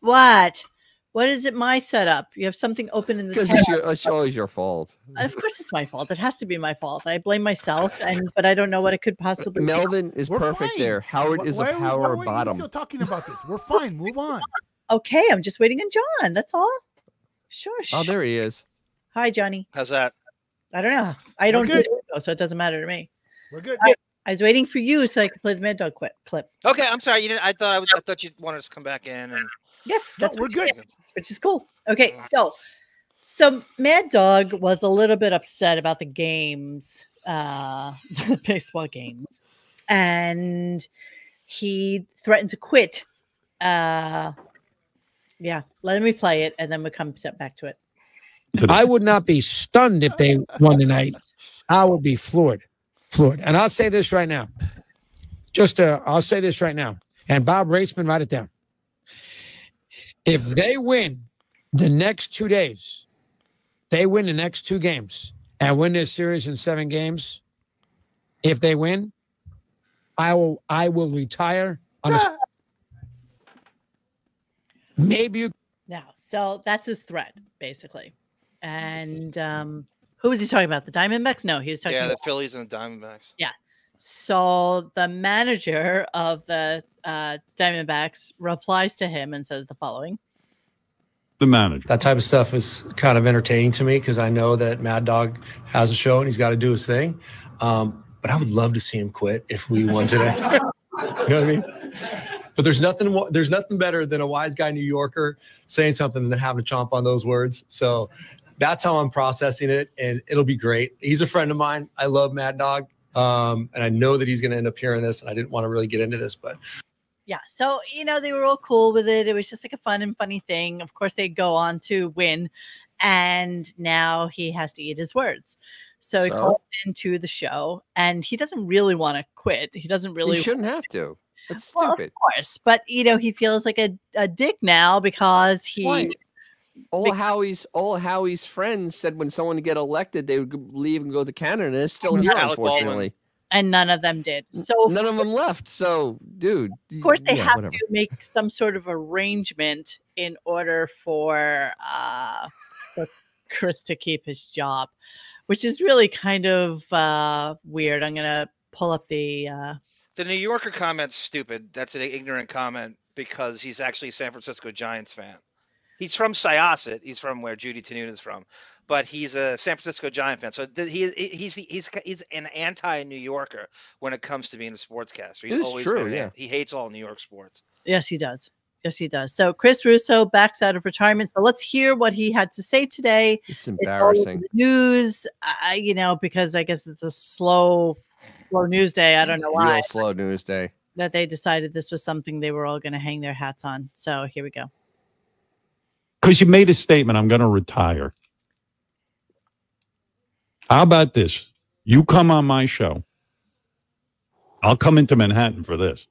what? What is it? My setup. You have something open in the
Because
tab.
it's, your, it's always your fault.
Of course, it's my fault. It has to be my fault. I blame myself, and but I don't know what it could possibly. be.
Melvin is
We're
perfect
fine.
there. Howard
Wh-
is
why
a
are we- why
power
are we
bottom.
still talking about this? We're fine. Move on.
Okay, I'm just waiting on John. That's all. Sure.
Oh,
sure.
there he is.
Hi, Johnny.
How's that?
I don't
Ah,
know. I don't do
good.
it, so it doesn't matter to me.
We're good.
I- I was waiting for you so I could play the Mad Dog quit clip.
Okay, I'm sorry. You didn't. I thought I, would, I thought you wanted us to come back in. And
Yes,
No,
that's
we're
what you
good. Mm.
did, which is cool. Okay, so so Mad Dog was a little bit upset about the games, uh, the baseball games, and he threatened to quit. Uh, yeah, let me play it, and then we come to- back to it.
Today.
I would not be stunned if they won tonight. I would be floored, floored. And I'll say this right now: just uh, I'll say this right now, and Bob Raceman, write it down. If they win the next two days, they win the next two games and win this series in seven games. If they win, I will I will retire on the
Ah.
spot. Maybe you
Now, so that's his threat, basically. And um, who was he talking about? The Diamondbacks? No, he was talking
yeah, the
about.
Phillies and the Diamondbacks.
Yeah. So the manager of the uh, Diamondbacks replies to him and says the following.
the manager.
That type of stuff is kind of entertaining to me because I know that Mad Dog has a show and he's got to do his thing. Um, but I would love to see him quit if we won today. you know what I mean? But there's nothing wa- there's nothing better than a wise guy New Yorker saying something than having to chomp on those words. So that's how I'm processing it, and it'll be great. He's a friend of mine. I love Mad Dog, um, and I know that he's going to end up hearing this. And I didn't want to really get into this, but
Yeah. So, you know, they were all cool with it. It was just like a fun and funny thing. Of course, they go on to win. And now he has to eat his words. So, he
So?
calls into the show and he doesn't really want to quit. He doesn't really
You shouldn't have to. That's
Well,
stupid.
Of course. But, you know, he feels like a, a dick now because he.
Why? All Howie's all Howie's friends said when someone get elected, they would g- leave and go to Canada. And it's still
Mhm.
here,
Alec Baldwin.
unfortunately.
And none of them did. So,
None of them left. So, dude.
of course they have to make some sort of arrangement in order for uh for chris to keep his job which is really kind of uh weird i'm gonna pull up the uh
The New Yorker comment's stupid. That's an ignorant comment because he's actually a San Francisco Giants fan. He's from Syosset. He's from where Judy Tanoon is from, but he's a San Francisco Giant fan. So th- he, he- he's the- he's he's an anti-New Yorker when it comes to being a sportscaster. He's
It is
always
true,
been an
yeah.
an- He hates all New York sports.
yes he does yes he does so chris russo backs out of retirement so let's hear what he had to say today
it's
all over
embarrassing.
the news I, you know because i guess it's a slow slow news day i don't know why
Real slow news day.
that they decided this was something they were all going to hang their hats on so here we go
Because you made a statement, I'm going to retire. How about this? You come on my show. I'll come into Manhattan for this.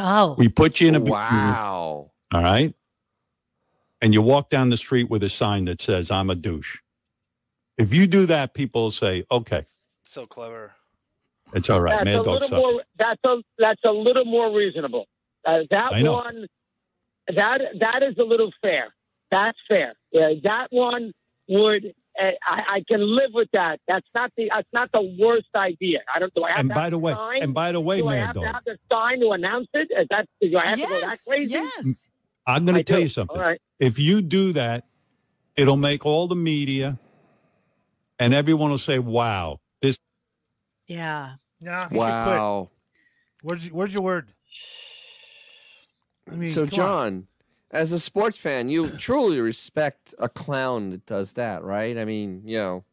Oh.
We put you in a bikini.
Wow.
All right. And you walk down the street with a sign that says, I'm a douche. If you do that, people will say, okay,
So clever.
it's all right.
That's
Mad
a
Dog
little
sucks.
more. That's a that's a little more reasonable. Uh, that
I know.
one, that that is a little fair. That's fair. Yeah, that one would. Uh, I, I can live with that. That's not the that's not the worst idea. I don't. Do I have
And
to
by
have
the
a
way-
sign?
and by the way,
do I
Mad
have to
Dog.
have the sign to announce it? Is that do I have to go that
Yes,
crazy?
Yes.
I'm going
I
to tell
do.
you something.
All right.
If you do that, it'll make all the media and everyone will say, wow, this
Yeah.
Yeah.
Wow.
Where's your, where's your word? I mean, come
so,
on.
John, as a sports fan, you truly respect a clown that does that, right? I mean, you know,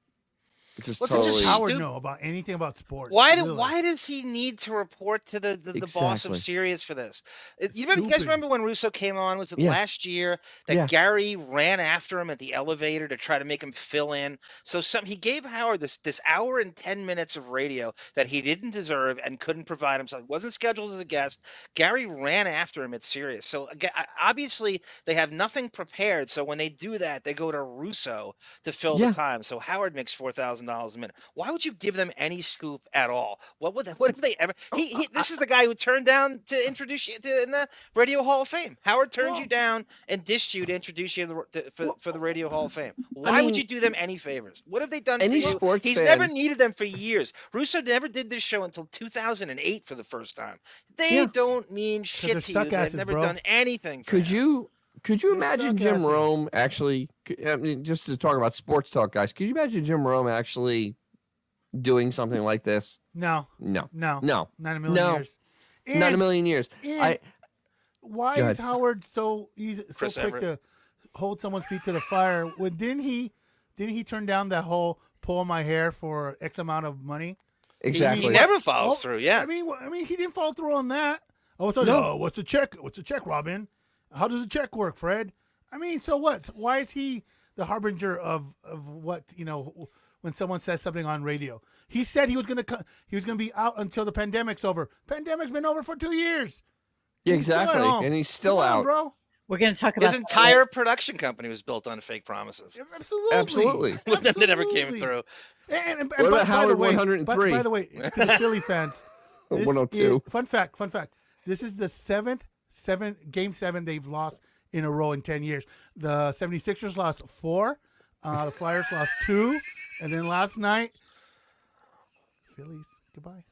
it's just
Look at
totally.
just
Howard
Stu-
know about anything about sports.
Why do,
really.
why does he need to report to the, the, the boss of
Exactly.
Sirius for this? It- You, remember, you guys
stupid.
remember when Russo came on? Was it
Yeah.
last year that
Yeah.
Gary ran after him at the elevator to try to make him fill in? So some he gave Howard this this hour and ten minutes of radio that he didn't deserve and couldn't provide himself. wasn't scheduled as a guest. Gary ran after him at Sirius. So aga- I- obviously they have nothing prepared. So when they do that, they go to Russo to fill
Yeah.
the time. So Howard makes four thousand dollars a minute. Why would you give them any scoop at all? What would they, what if they ever?
Oh,
He, he this is the guy who turned down to introduce you to in the Radio Hall of Fame. Howard turned you down and dished you to introduce you to the, r- to, for, for the Radio Hall of Fame. Why would
mean,
you do them any favors? What have they done?
any
for you?
sports
He's never
fan-
needed them for years. Russo never did this show until 2008 for the first time. They don't mean
they're
shit to
suck
you. They've
asses,
never
bro.
done anything. For
Could you could you
They're
imagine
suck
Jim
asses.
Rome actually? c- I mean, just to talk about sports talk, guys. Could you imagine Jim Rome actually doing something like this?
No.
No.
No.
No.
Not in a million
No.
years.
Not in a
And-
million years.
and
I
why
Go
is
ahead.
Howard so easy, so
Chris
quick to
Everett.
hold someone's feet to the fire? When didn't he didn't he turn down that whole pull my hair for X amount of money? Oh,
He- He, never follows through. Yeah.
I mean, wh- I mean, he didn't follow through on that. All of a sudden,
No.
oh, what's the check? What's the check, Robin? How does the check work, Fred? I mean, so what? Why is he the harbinger of of what you know? when someone says something on radio. He said he was going to co- he was going to be out until the pandemic's over. Pandemic's been over for two years.
Yeah,
He's still at
exactly.
home.
And he's still
Come on,
out.
bro.
We're going to talk
His entire production company was built on fake promises.
Absolutely.
Absolutely.
that never came through.
And, and,
What
and by,
about
by the
Howard
way, By,
103?
by the way, to the Philly fans,
Or
this
102.
is- fun fact, fun fact. This is the seventh, seven game seven they've lost in a row in ten years. The 76ers lost four, uh, the Flyers lost two, and then last night, Phillies goodbye.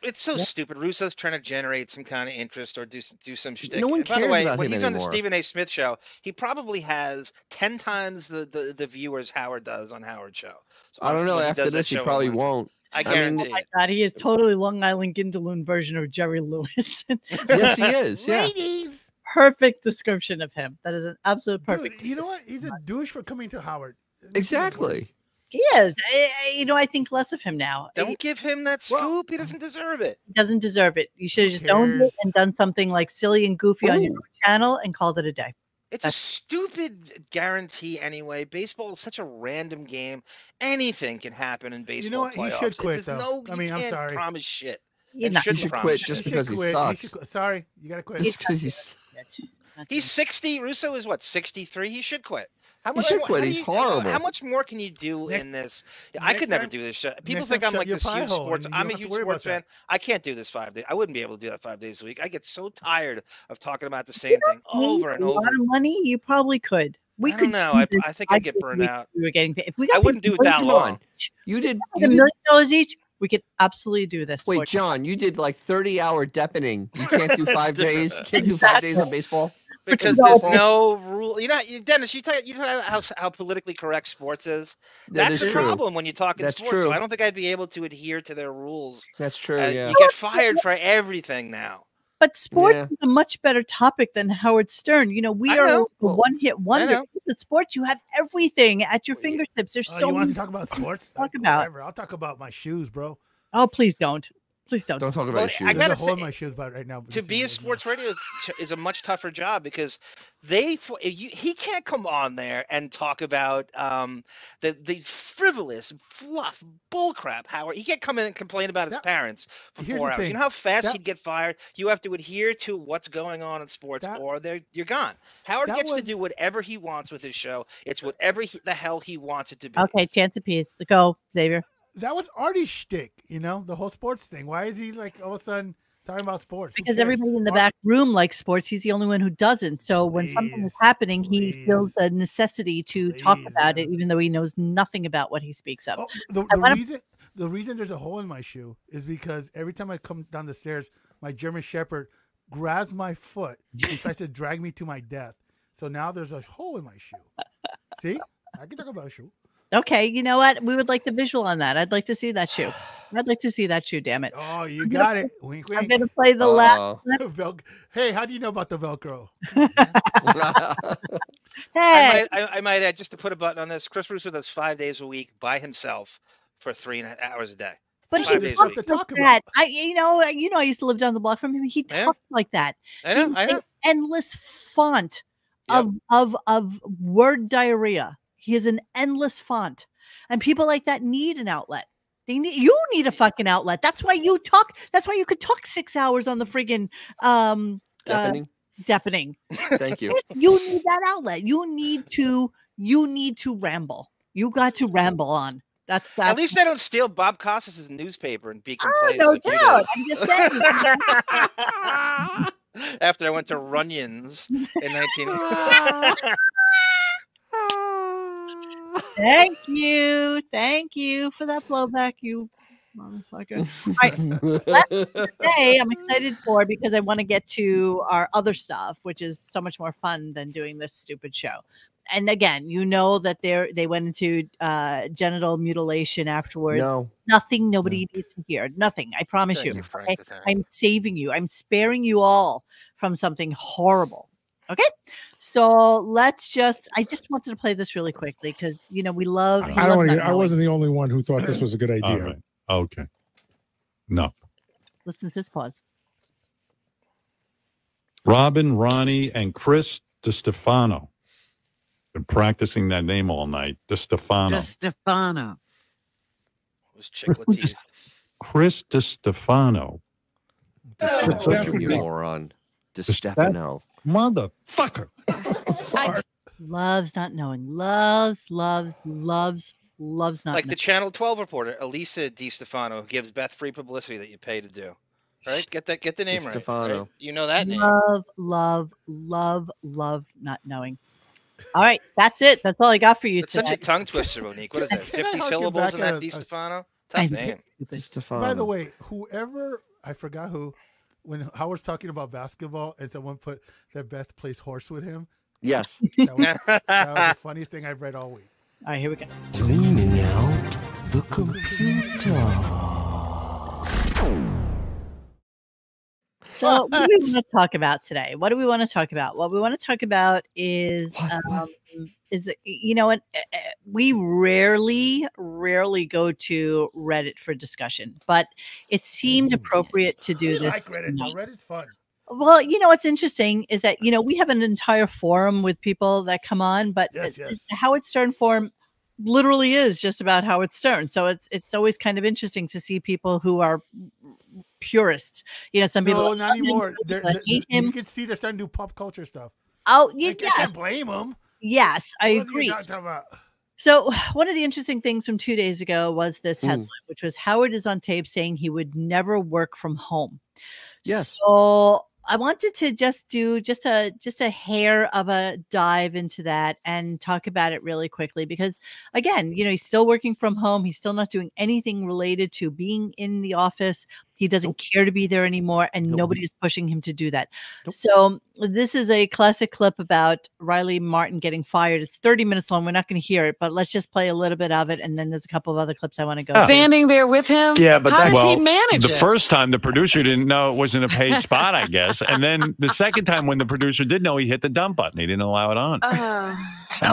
It's so stupid. Russo's trying to generate some kind of interest or do s- do some shtick.
No one
And By the
cares
way,
about
when
him
he's on the
anymore.
Stephen A. Smith show, he probably has ten times the, the, the viewers Howard does on Howard's show. So
I don't know.
when he
After
does that
this, he
show on
probably
Wednesday-
won't.
I
oh
guarantee.
my God, he is totally Long Island Gindaloon version of Jerry Lewis.
Yes, he is, yeah.
Ladies.
Perfect description of him. That is an absolute perfect.
Dude, you know what? He's a douche for coming to Howard.
Exactly.
He is. I, I- you know, I think less of him now. He
Don't give him that scoop. he doesn't deserve it.
doesn't deserve it. You should have just owned it and done something like silly and goofy on your
Ooh.
channel and called it a day.
It's a stupid guarantee anyway. Baseball is such a random game. Anything can happen in baseball.
You know what? He
Playoffs.
should
It
quit,
is
though.
No,
I
you
mean, I'm
can't
sorry.
Promise shit.
You're
And
not- You
shouldn't
should
promise
quit
shit.
just because he
quit. You should
sucks.
quit. Sorry, you gotta quit.
Just because he's
He's 60. Russo is what 63. He should quit. How
He
much?
should
more-
quit.
how do
He's
you- how- How
horrible.
much more can you do in this? I
next
could never
time-
do this. show. People
next
think
time
I'm
shut
like
your
this
pie
huge
hole and
sports.
you
I'm
don't
a
have to
huge
worry about
sports fan.
that.
I can't do this five days. I wouldn't be able to do that five days a week. I get so tired of talking about the same thing over and
a
over.
lot of money. You probably could. We
I
could
don't know.
do
I,
this.
I think I'd get
think
burnt
we-
out.
We were getting paid. If we got
I wouldn't
paid
do it that
$1
long.
each,
You did.
like
You
a
did
million dollars each, we could absolutely do this.
wait,
Sports.
John. You did like thirty-hour depening. You can't do
That's
five
different,
days.
though.
You can't do five days on baseball.
because there's no rule. You know, you- Dennis, you talk, you talk about how s- how politically correct sports is.
That
That's
is
the
true.
problem when you talk in
That's
sports. So I
true.
don't think I'd be able to adhere to their rules.
That's true.
Uh,
yeah.
You get fired for everything now.
But sports
Yeah.
is a much better topic than Howard Stern. You know, we are
know.
like a one-hit wonder.
know.
With sports, you have everything at your fingertips. There's
Oh,
so
you want
much.
to talk about sports?
talk about.
Whatever. I'll talk about my shoes, bro.
Oh, please don't. Please don't.
Don't talk
about Well, your I shoes.
There's
gotta
a hole in
say,
my shoes about right now. but
to
this
be a
is-
sports radio t- is a much tougher job because they for, you, he can't come on there and talk about um, the the frivolous fluff bullcrap. Howard he can't come in and complain about his parents for
here's
four
the
hours. You
thing,
know how fast
that-
he'd get fired. You have to adhere to what's going on in sports,
That-
or they are you're gone. Howard
that
gets to
was-
do whatever he wants with his show. It's whatever he, the hell he wants it to be.
Okay, chance of peace. Go, Xavier.
That was Artie's shtick, you know, the whole sports thing. Why is he like all of a sudden talking about sports? Who
Because
cares?
everybody in the back room likes sports. He's the only one who doesn't. So when something is happening, he feels the necessity to talk about it, even though he knows nothing about what he speaks of.
Oh, The,
I
the
wanna-
reason the reason there's a hole in my shoe is because every time I come down the stairs, my German Shepherd grabs my foot and tries to drag me to my death. So now there's a hole in my shoe. See, I can talk about a shoe.
Okay, you know what? We would like the visual on that. I'd like to see that shoe. I'd like to see that shoe. Damn it!
Oh, you got it. Wink, wink.
I'm gonna play the last.
Vel- hey, how do you know about the Velcro?
Hey,
I might, I, I might add just to put a button on this. Chris Russo does five days a week by himself for three and a half hours a day.
but
five
he
days a
talked
week.
like that. I, you know, you know, I used to live down the block from him. He
Yeah.
talked like that.
I
He
know,
was
I
like
know.
Endless font of of of word diarrhea. He is an endless font, and people like that need an outlet. They need you need a fucking outlet. That's why you talk. That's why you could talk six hours on the friggin' um
Deafening.
Uh, deafening.
Thank you.
Yes, you need that outlet. You need to you need to ramble. You got to ramble on. That's that.
At least I don't steal Bob Costas' newspaper and be
oh,
complaining
no
like you did
doubt. I'm just saying.
after I went to Runyon's in 19.
Thank you. Thank you for that blowback, you motherfucker. All right. Last thing to say I'm excited for because I want to get to our other stuff, which is so much more fun than doing this stupid show. And again, you know that they they went into uh, genital mutilation afterwards.
No.
Nothing nobody needs to hear. Nothing. I promise
Thank
you.
you, Frank,
okay?
that's all right.
I'm saving you. I'm sparing you all from something horrible. Okay. So let's just I just wanted to play this really quickly because you know we love you
I
love
don't want
not
to. I
knowing.
wasn't the only one who thought this was a good idea.
All right. Okay. No.
listen to this pause.
Robin, Ronnie, and Chris DiStefano. Been practicing that name all night. DiStefano.
Just Stefano.
was Chick Lateef.
Chris DiStefano.
That's what you moron. DiStefano.
Motherfucker.
I- loves not knowing. Loves, loves, loves, loves not
like the
knowing.
Channel 12 reporter, Elisa Di Stefano, who gives Beth free publicity that you pay to do. Right? Get that get the name right, right.
Stefano.
You know that name.
love, love, love, love not knowing. All right, that's it. That's all I got for you
It's
today.
such a tongue twister, Monique. What is that?
Can I
Fifty
harken
syllables
back
in that
a-
Di
a-
Stefano? Tough name.
By the way, whoever I forgot who, when Howard's talking about basketball and someone put that Beth plays horse with him.
Yes.
That was, that was the funniest thing I've read all week.
All right, here we go.
Cleaning out the computer.
So, what do we want to talk about today? What do we want to talk about? What we want to talk about is, um, is you know, and uh, uh, we rarely, rarely go to Reddit for discussion, but it seemed appropriate to do this.
I like Reddit.
tonight.
Now, Reddit's fun.
Well, you know what's interesting is that you know we have an entire forum with people that come on, but
Yes,
it- it-
yes.
the Howard Stern forum literally is just about Howard Stern. So it's it's always kind of interesting to see people who are purists. You know, some people
no,
that
not
love him,
anymore.
some
They're,
people that
they're-
hate
You
him.
can see they're starting to do pop culture stuff.
Oh,
I
y-
can't- I
yes,
can't blame them.
yes, I
What are you
agree.
talking about?
So, one of the interesting things from two days ago was this
Mm.
headline, which was Howard is on tape saying he would never work from home.
Yes.
So, I wanted to just do just a just a hair of a dive into that and talk about it really quickly because again, you know, he's still working from home. He's still not doing anything related to being in the office. He doesn't care to be there anymore, and nobody is pushing him to do that. So this is a classic clip about Riley Martin getting fired. It's 30 minutes long. We're not going to hear it, but let's just play a little bit of it, and then there's a couple of other clips I want to go. through.
Standing there with him.
Ah. Yeah, but
how
that,
does he manage
the
it?
first time the producer didn't know it wasn't a paid spot, I guess, and then the second time when the producer did know, he hit the dump button. He didn't allow it on.
Sounds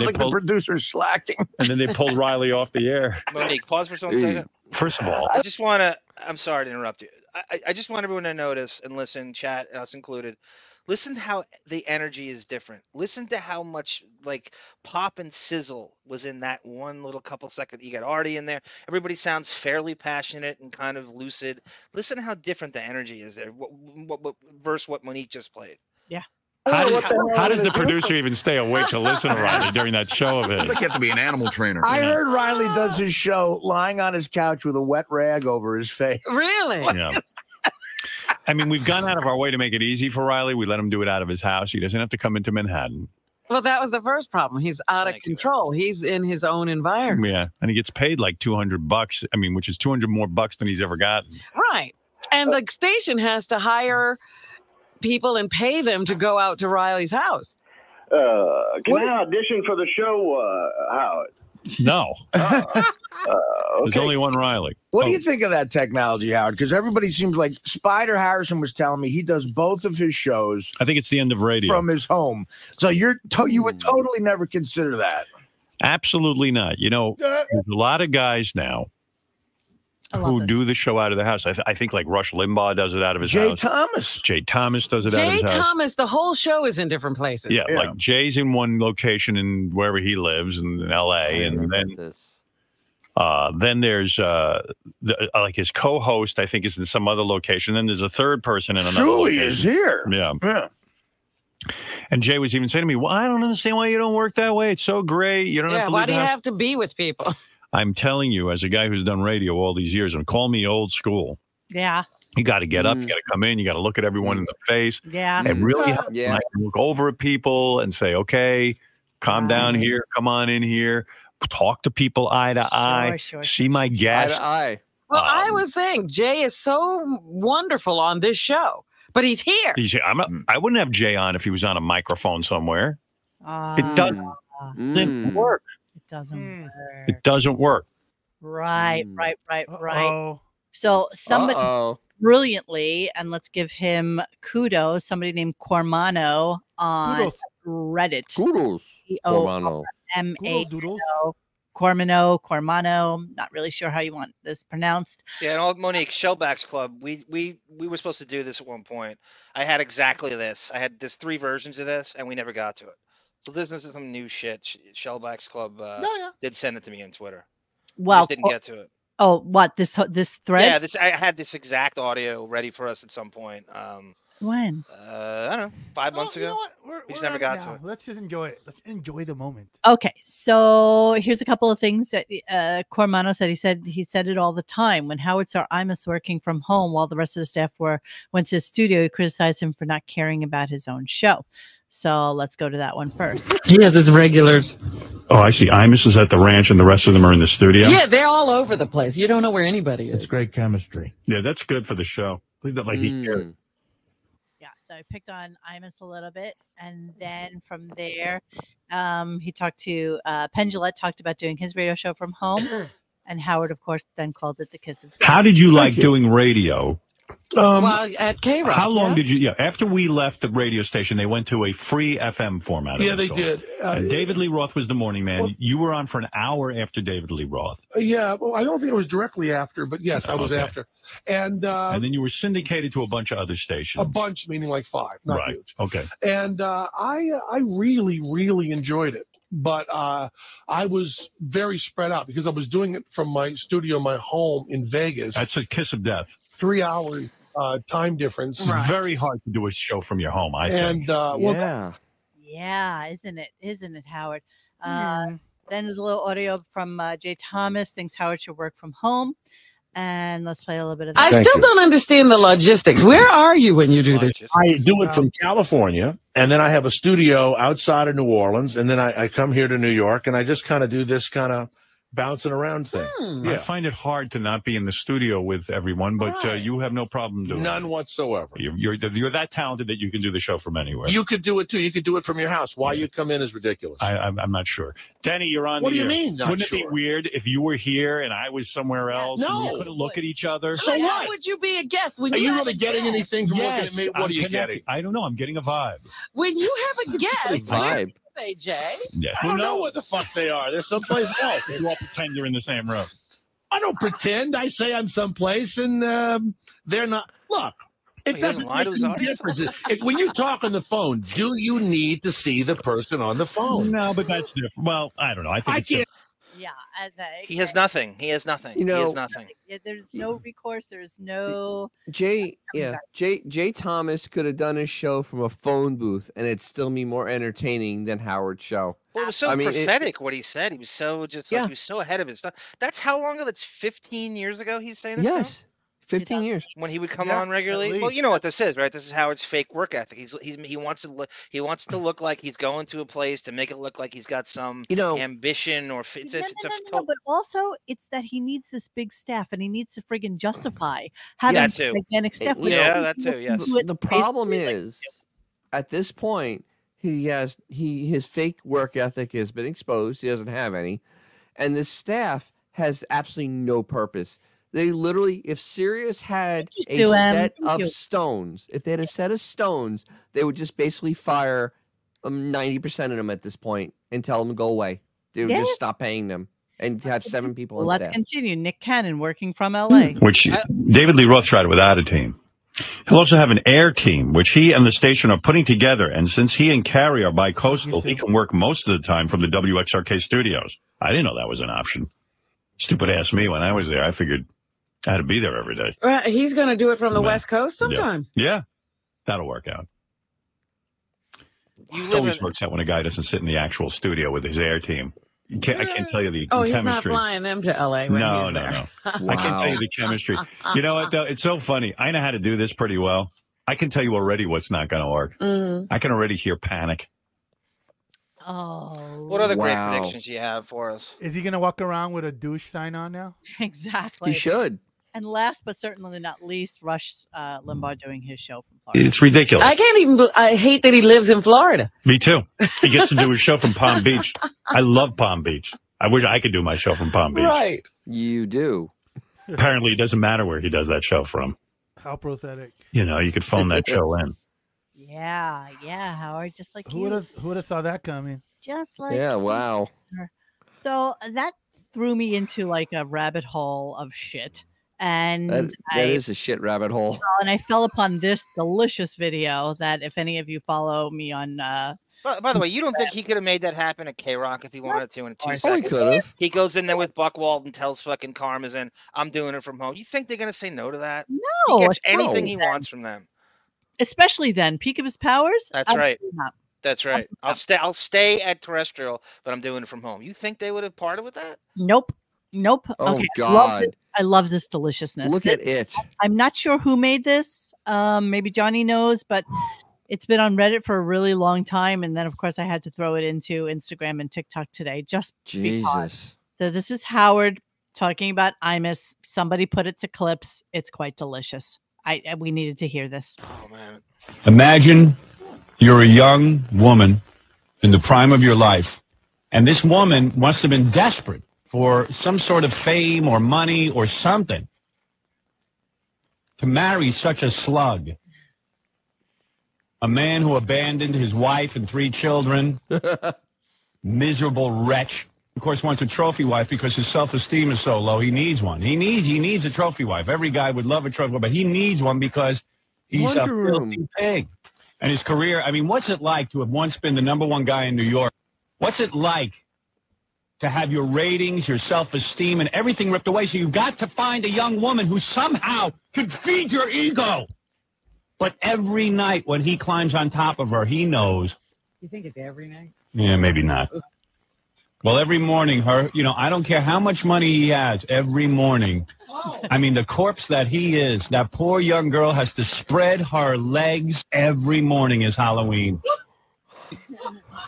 they
like
pulled-
the producer's slacking.
and then they pulled Riley off the air.
Monique, pause for just one second.
First of all,
I just want to. I'm sorry to interrupt you. I, I- I just want everyone to notice and listen, chat, us included. Listen to how the energy is different. Listen to how much like pop and sizzle was in that one little couple second. You got Artie in there. Everybody sounds fairly passionate and kind of lucid. Listen to how different the energy is there. What, what, what versus what Monique just played.
Yeah.
how, does, how does the producer even stay awake to listen to Riley during that show of his?
Like you have to be an animal trainer. I
Yeah.
heard Riley does his show lying on his couch with a wet rag over his face.
Really?
Yeah. I mean, we've gone out of our way to make it easy for Riley. We let him do it out of his house. He doesn't have to come into Manhattan.
Well, that was the first problem. He's out of control. He's in his own environment.
Yeah, and he gets paid like two hundred bucks. I mean, which is two hundred more bucks than he's ever gotten.
Right. And the station has to hire people and pay them to go out to Riley's house.
Uh, can I audition for the show, uh, Howard?
No.
Uh,
There's only one Riley.
What do you think of that technology, Howard? Because everybody seems like Spider Harrison was telling me he does both of his shows.
I think it's the end of radio.
from his home. So you're to- you would totally never consider that.
Absolutely not. You know, there's a lot of guys now who do the show out of the house. I, th- I think like Rush Limbaugh does it out of his
Jay
house.
Thomas.
Jay Thomas does it out of
Jay
his house.
Thomas, the whole show is in different places.
Yeah, like Jay's in one location in wherever he lives in L.A. and then uh, then there's uh, the, uh, like his co-host I think is in some other location. Then there's a third person in another.
Julie
location.
is here.
Yeah. And Jay was even saying to me, "Well, I don't understand why you don't work that way. It's so great. You don't have
Yeah,
to
why
leave
do
the
you
house."
have to be with people?
I'm telling you, as a guy who's done radio all these years, and call me old school.
Yeah.
You got to get up. You got to come in. You got to look at everyone in the face.
Yeah.
It really
Mm.
helps when I can look over at people and say, okay, calm down here. Come on in here. Talk to people eye to eye.
sure,
See my Um, guest.
eye.
Well, I was saying Jay is so wonderful on this show, but he's here.
You see, I'm not, I wouldn't have Jay on if he was on a microphone somewhere.
Ah.
it doesn't work.
Um, It doesn't
Hmm.
work.
It doesn't work.
Right, right, right, right.
Uh-oh.
So somebody
Uh-oh.
brilliantly, and let's give him kudos. Somebody named Cormano on
Kudos.
Reddit.
Kudos.
Oh,
Cormano.
M A Cormano, Cormano. Not really sure how you want this pronounced.
Yeah, and all Monique Shellback's Club. We we we were supposed to do this at one point. I had exactly this. I had there's three versions of this, and we never got to it. So this, this is some new shit. Sh- Shellback's Club uh,
Yeah, yeah.
did send it to me on Twitter. We
Well,
just didn't
Cor-
get to it.
Oh, what this ho- this thread?
Yeah, this I had this exact audio ready for us at some point. Um,
when?
uh, I don't know, five
Oh,
months ago. we just never got to it.
Let's just enjoy it. Let's enjoy the moment.
Okay, so here's a couple of things that uh, Cormano said. He said he said it all the time when Howard saw Imus working from home while the rest of the staff were went to the studio. He criticized him for not caring about his own show. So let's go to that one first.
He has his regulars.
Oh, I see. Imus is at the ranch, and the rest of them are in the studio.
Yeah. they're all over the place. You don't know where anybody is. It's great chemistry.
Yeah, that's good for the show. Leave that like he cared.
yeah, so I picked on Imus a little bit, and then from there, um, he talked to uh, Pendulette, talked about doing his radio show from home, and Howard, of course, then called it the Kiss of Death.
How did you like doing radio?
well, at K Rock.
Um, How long did you? Yeah, after we left the radio station, they went to a free FM format.
Yeah, they
did. David Lee Roth was the morning man. you were on for an hour after David Lee Roth,
Uh, Yeah, well, I don't think it was directly after, but yes, I was
Okay.
after. And uh,
and then you were syndicated to a bunch of other stations.
a bunch, meaning like five, not
right.
huge.
Okay.
And uh, I, I really, really enjoyed it. But uh, I was very spread out because I was doing it from my studio, my home in Vegas.
That's a kiss of death.
Three hours uh, time difference.
It's very hard to do a show from your home. I think.
And, uh, well- Yeah.
Yeah, isn't it? Isn't it, Howard? Uh, then there's a little audio from uh, Jay Thomas. Thinks Howard should work from home, and let's play a little bit of that.
I still don't understand the logistics. Where are you when you do this?
I do it from California, and then I have a studio outside of New Orleans, and then I, I come here to New York, and I just kind of do this kind of bouncing around thing.
Hmm.
I find it hard to not be in the studio with everyone, but uh, you have no problem doing
None
whatsoever. You're, you're you're that talented that you can do the show from anywhere.
You could do it too. You could do it from your house. Why you come in is ridiculous.
I, I'm, I'm not sure. Danny, you're on.
What
the
do you
air.
mean, not
Wouldn't it
sure?
be weird if you were here and I was somewhere else? and
No.
we couldn't look at each other.
How would you be a guest when
Are
you
you
have
really
a
getting
guest?
anything from
Yes,
looking at me? What
I'm
are you
connected.
getting? I don't know. I'm getting a vibe.
When you have a guest,
Vibe.
Say, Jay.
Yeah.
I don't know
what the fuck they are. They're someplace else. you all pretend you're in the same room.
I don't pretend. I say I'm someplace, and um, they're not. Look, it
He doesn't
doesn't
lie
make
to his
any
audience.
difference. If- when you talk on the phone, do you need to see the person on the phone?
No, but that's different. Well, I don't know. I think
I
it's
can't.
Yeah, as I-
He has nothing. He has nothing.
You
he has
know-
nothing.
yeah, there's no recourse. There's no.
Jay, yeah, Jay, Jay Thomas could have done his show from a phone booth, and it'd still be more entertaining than Howard's show.
Well, it was so
I mean, it-
prophetic what he said. He was so just like he was so ahead of his time. That's how long ago? That's 15 years ago. He's saying this. now?
Yes, fifteen years.
when he would come
Yeah,
on regularly.
at
Well, you know what this is, right? This is Howard's fake work ethic. He's, he's he wants to look he wants to look like he's going to a place to make it look like he's got some
You know-
ambition or f- it's,
No,
it's,
no,
it's
no,
a
no,
f-
no, but also it's that he needs this big staff and he needs to friggin' justify having
Yeah,
this
too.
gigantic staff.
You
which
know,
he looks into
The,
it
the
basically
problem
like-
is, at this point, he has he his fake work ethic has been exposed. He doesn't have any, and this staff has absolutely no purpose. They literally, if Sirius had
Thank you,
a
Sue Ann.
set
Thank
of
you.
stones, if they had a set of stones, they would just basically fire um, ninety percent of them at this point and tell them to go away. They would
Yes.
just stop paying them and have seven people.
Well,
on
let's
staff.
continue. Nick Cannon working from LA.
Which David Lee Roth tried without a team. He'll also have an air team, which he and the station are putting together. And since he and Carrie are bi-coastal, he can work most of the time from the WXRK studios. I didn't know that was an option. Stupid ass me when I was there. I figured I had to be there every day.
Right, he's going to do it from the
Man.
West Coast
Yeah.
sometimes.
Yeah. That'll work out.
You
It always works out when a guy doesn't sit in the actual studio with his air team. You can't, I can't tell you the
Oh, he's not
chemistry.
flying them to LA when
no,
he's
no,
there.
no. I can tell you the chemistry. You know what, though? It's so funny. I know how to do this pretty well. I can tell you already what's not going to work.
Mhm.
I can already hear panic.
Oh.
What other
Wow.
great predictions you have for us?
Is he gonna walk around with a douche sign on now?
Exactly.
should.
And last but certainly not least, Rush uh, Limbaugh doing his show from Florida.
It's ridiculous.
I can't even. bel- I hate that he lives in Florida.
Me too. He gets to do his show from Palm Beach. I love Palm Beach. I wish I could do my show from Palm Beach.
Right.
You do.
Apparently, it doesn't matter where he does that show from.
How prophetic.
You know, you could phone that show in.
Yeah, yeah, Howard, just like
Who
you.
would have who would have saw that coming?
just like
Yeah,
you.
wow.
So uh, that threw me into like a rabbit hole of shit, and
That,
I,
that is a shit rabbit hole.
fell- and I fell upon this delicious video that if any of you follow me on uh,
By, by the way, you don't think he could have made that happen at K Rock if he wanted to in two
Oh, he
seconds?
could've.
He goes in there with Buckwald and tells fucking Karmazin, "I'm doing it from home." You think they're gonna say no to that?
No,
he gets
especially
anything he
then.
wants from them.
especially then, peak of his powers.
That's right.
absolutely not.
That's right. I'll stay. I'll stay at terrestrial, but I'm doing it from home. You think they would have parted with that?
Nope. Nope.
Oh,
okay. I love,
God.
this. I love this deliciousness.
Look
This-
at it.
I'm not sure who made this. Um, maybe Johnny knows, but it's been on Reddit for a really long time. And then, of course, I had to throw it into Instagram and TikTok today just because.
Jesus.
So this is Howard talking about Imus. Somebody put it to clips. It's quite delicious. I, I we needed to hear this.
Imagine you're a young woman in the prime of your life, and this woman must have been desperate for some sort of fame or money or something to marry such a slug. A man who abandoned his wife and three children, miserable wretch. Of course, wants a trophy wife because his self-esteem is so low. He needs one. He needs he needs a trophy wife. Every guy would love a trophy, wife, but he needs one because he's a
Laundry room.
filthy pig. And his career. I mean, what's it like to have once been the number one guy in New York? What's it like to have your ratings, your self-esteem, and everything ripped away? So you've got to find a young woman who somehow could feed your ego. But every night when he climbs on top of her, he knows
You think it's every night?
yeah, maybe not. Well, every morning, her, you know, I don't care how much money he has, every morning. I mean, the corpse that he is, that poor young girl has to spread her legs every morning is Halloween.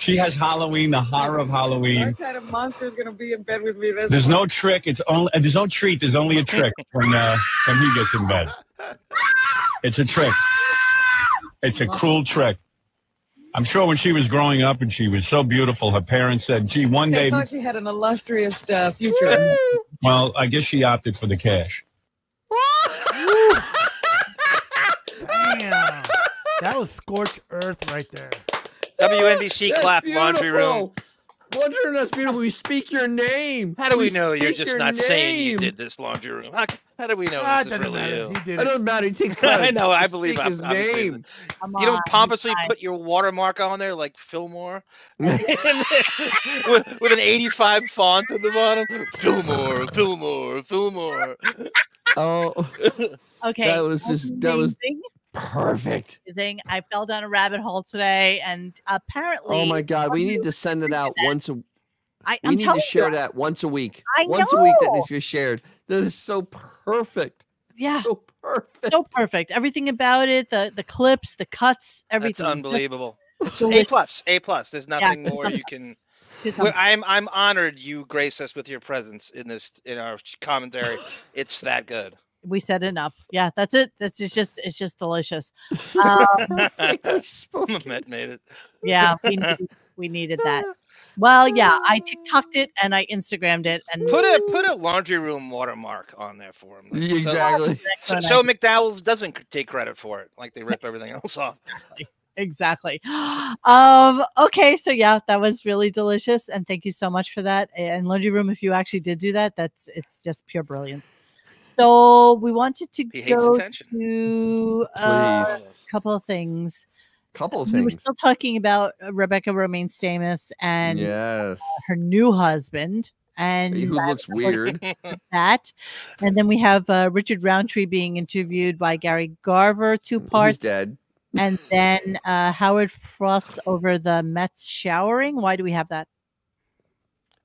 She has Halloween, the horror of Halloween.
What kind of monster is going to be in bed with me this
There's no trick. It's only uh, there's no treat. There's only a trick when uh, when he gets in bed. It's a trick. It's a cruel trick. I'm sure when she was growing up and she was so beautiful, her parents said, "Gee, one
They
day."
thought she had an illustrious uh, future.
Well, I guess she opted for the cash.
Damn. That was scorched earth right there.
WNBC
That's
clap laundry room.
beautiful. Laundry room, that's beautiful. We speak your name.
How do we, know you're
speak
just
your
not saying you
name.
did this laundry room? How, c- how do we know
Ah, it
this is
doesn't
really
matter.
you?
He did It it. doesn't matter. He takes
I
credit.
know. I
Just
believe
speak
I'm,
his
obviously.
name.
You don't pompously put your watermark on there like Fillmore with, with an 85 font at the bottom. Fillmore, Fillmore, Fillmore.
Oh,
Okay.
That was just that was
amazing,
perfect.
amazing. I fell down a rabbit hole today, and apparently,
Oh my God, we
some
need
new-
to send it out once a. We
I, I'm
need
telling
to share
you,
that once a week.
I
once a week that
know.
needs to be shared. That is so perfect.
Yeah.
So perfect.
So perfect. Everything about it, the the clips, the cuts, everything.
That's unbelievable. It's
So
a
it's-
plus, A plus. There's nothing
it's
more
something
you can.
Two thumbs
Well, I'm I'm honored you grace us with your presence in this in our commentary. it's that good.
We said enough. Yeah, that's it. That's it's just it's just delicious. Um,
Matt made it.
yeah, we needed, we needed that. Well, yeah, I TikToked it and I Instagrammed it and
Put a put a laundry room watermark on there for him.
Yeah, exactly.
So, so McDowell's doesn't c- take credit for it, like they rip everything else off.
exactly. Um, okay, so yeah, that was really delicious, and thank you so much for that. And laundry room, if you actually did do that, that's it's just pure brilliance. So we wanted to
He hates
go
attention.
to uh, a couple of things.
Couple of
We were
things.
still talking about uh, Rebecca Romaine Stamus and uh,
yes.
her new husband, and
Who
that-
looks weird.
that. And then we have uh, Richard Roundtree being interviewed by Gary Garver, two parts
Mm, He's dead.
and then uh, Howard froths over the Mets showering. Why do we have that?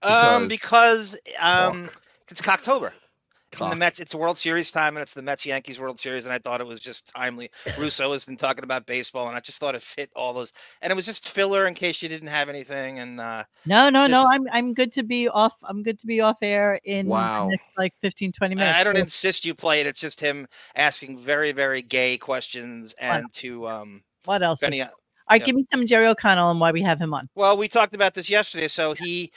Um, because um, it's Cocktober. And the
Cock.
Mets, it's World Series time, and it's the Mets Yankees World Series, and I thought it was just timely. Russo has been talking about baseball, and I just thought it fit all those, and it was just filler in case you didn't have anything. And uh,
No, no, no.
This-
I'm I'm good to be off. I'm good to be off air in the
Wow.
next, like 15, 20 minutes.
I I don't
So
insist you play it. It's just him asking very, very gay questions and to um.
what else? is-
Benny, uh,
All right,
yeah.
give me some Jerry O'Connell and why we have him on.
Well, we talked about this yesterday. So he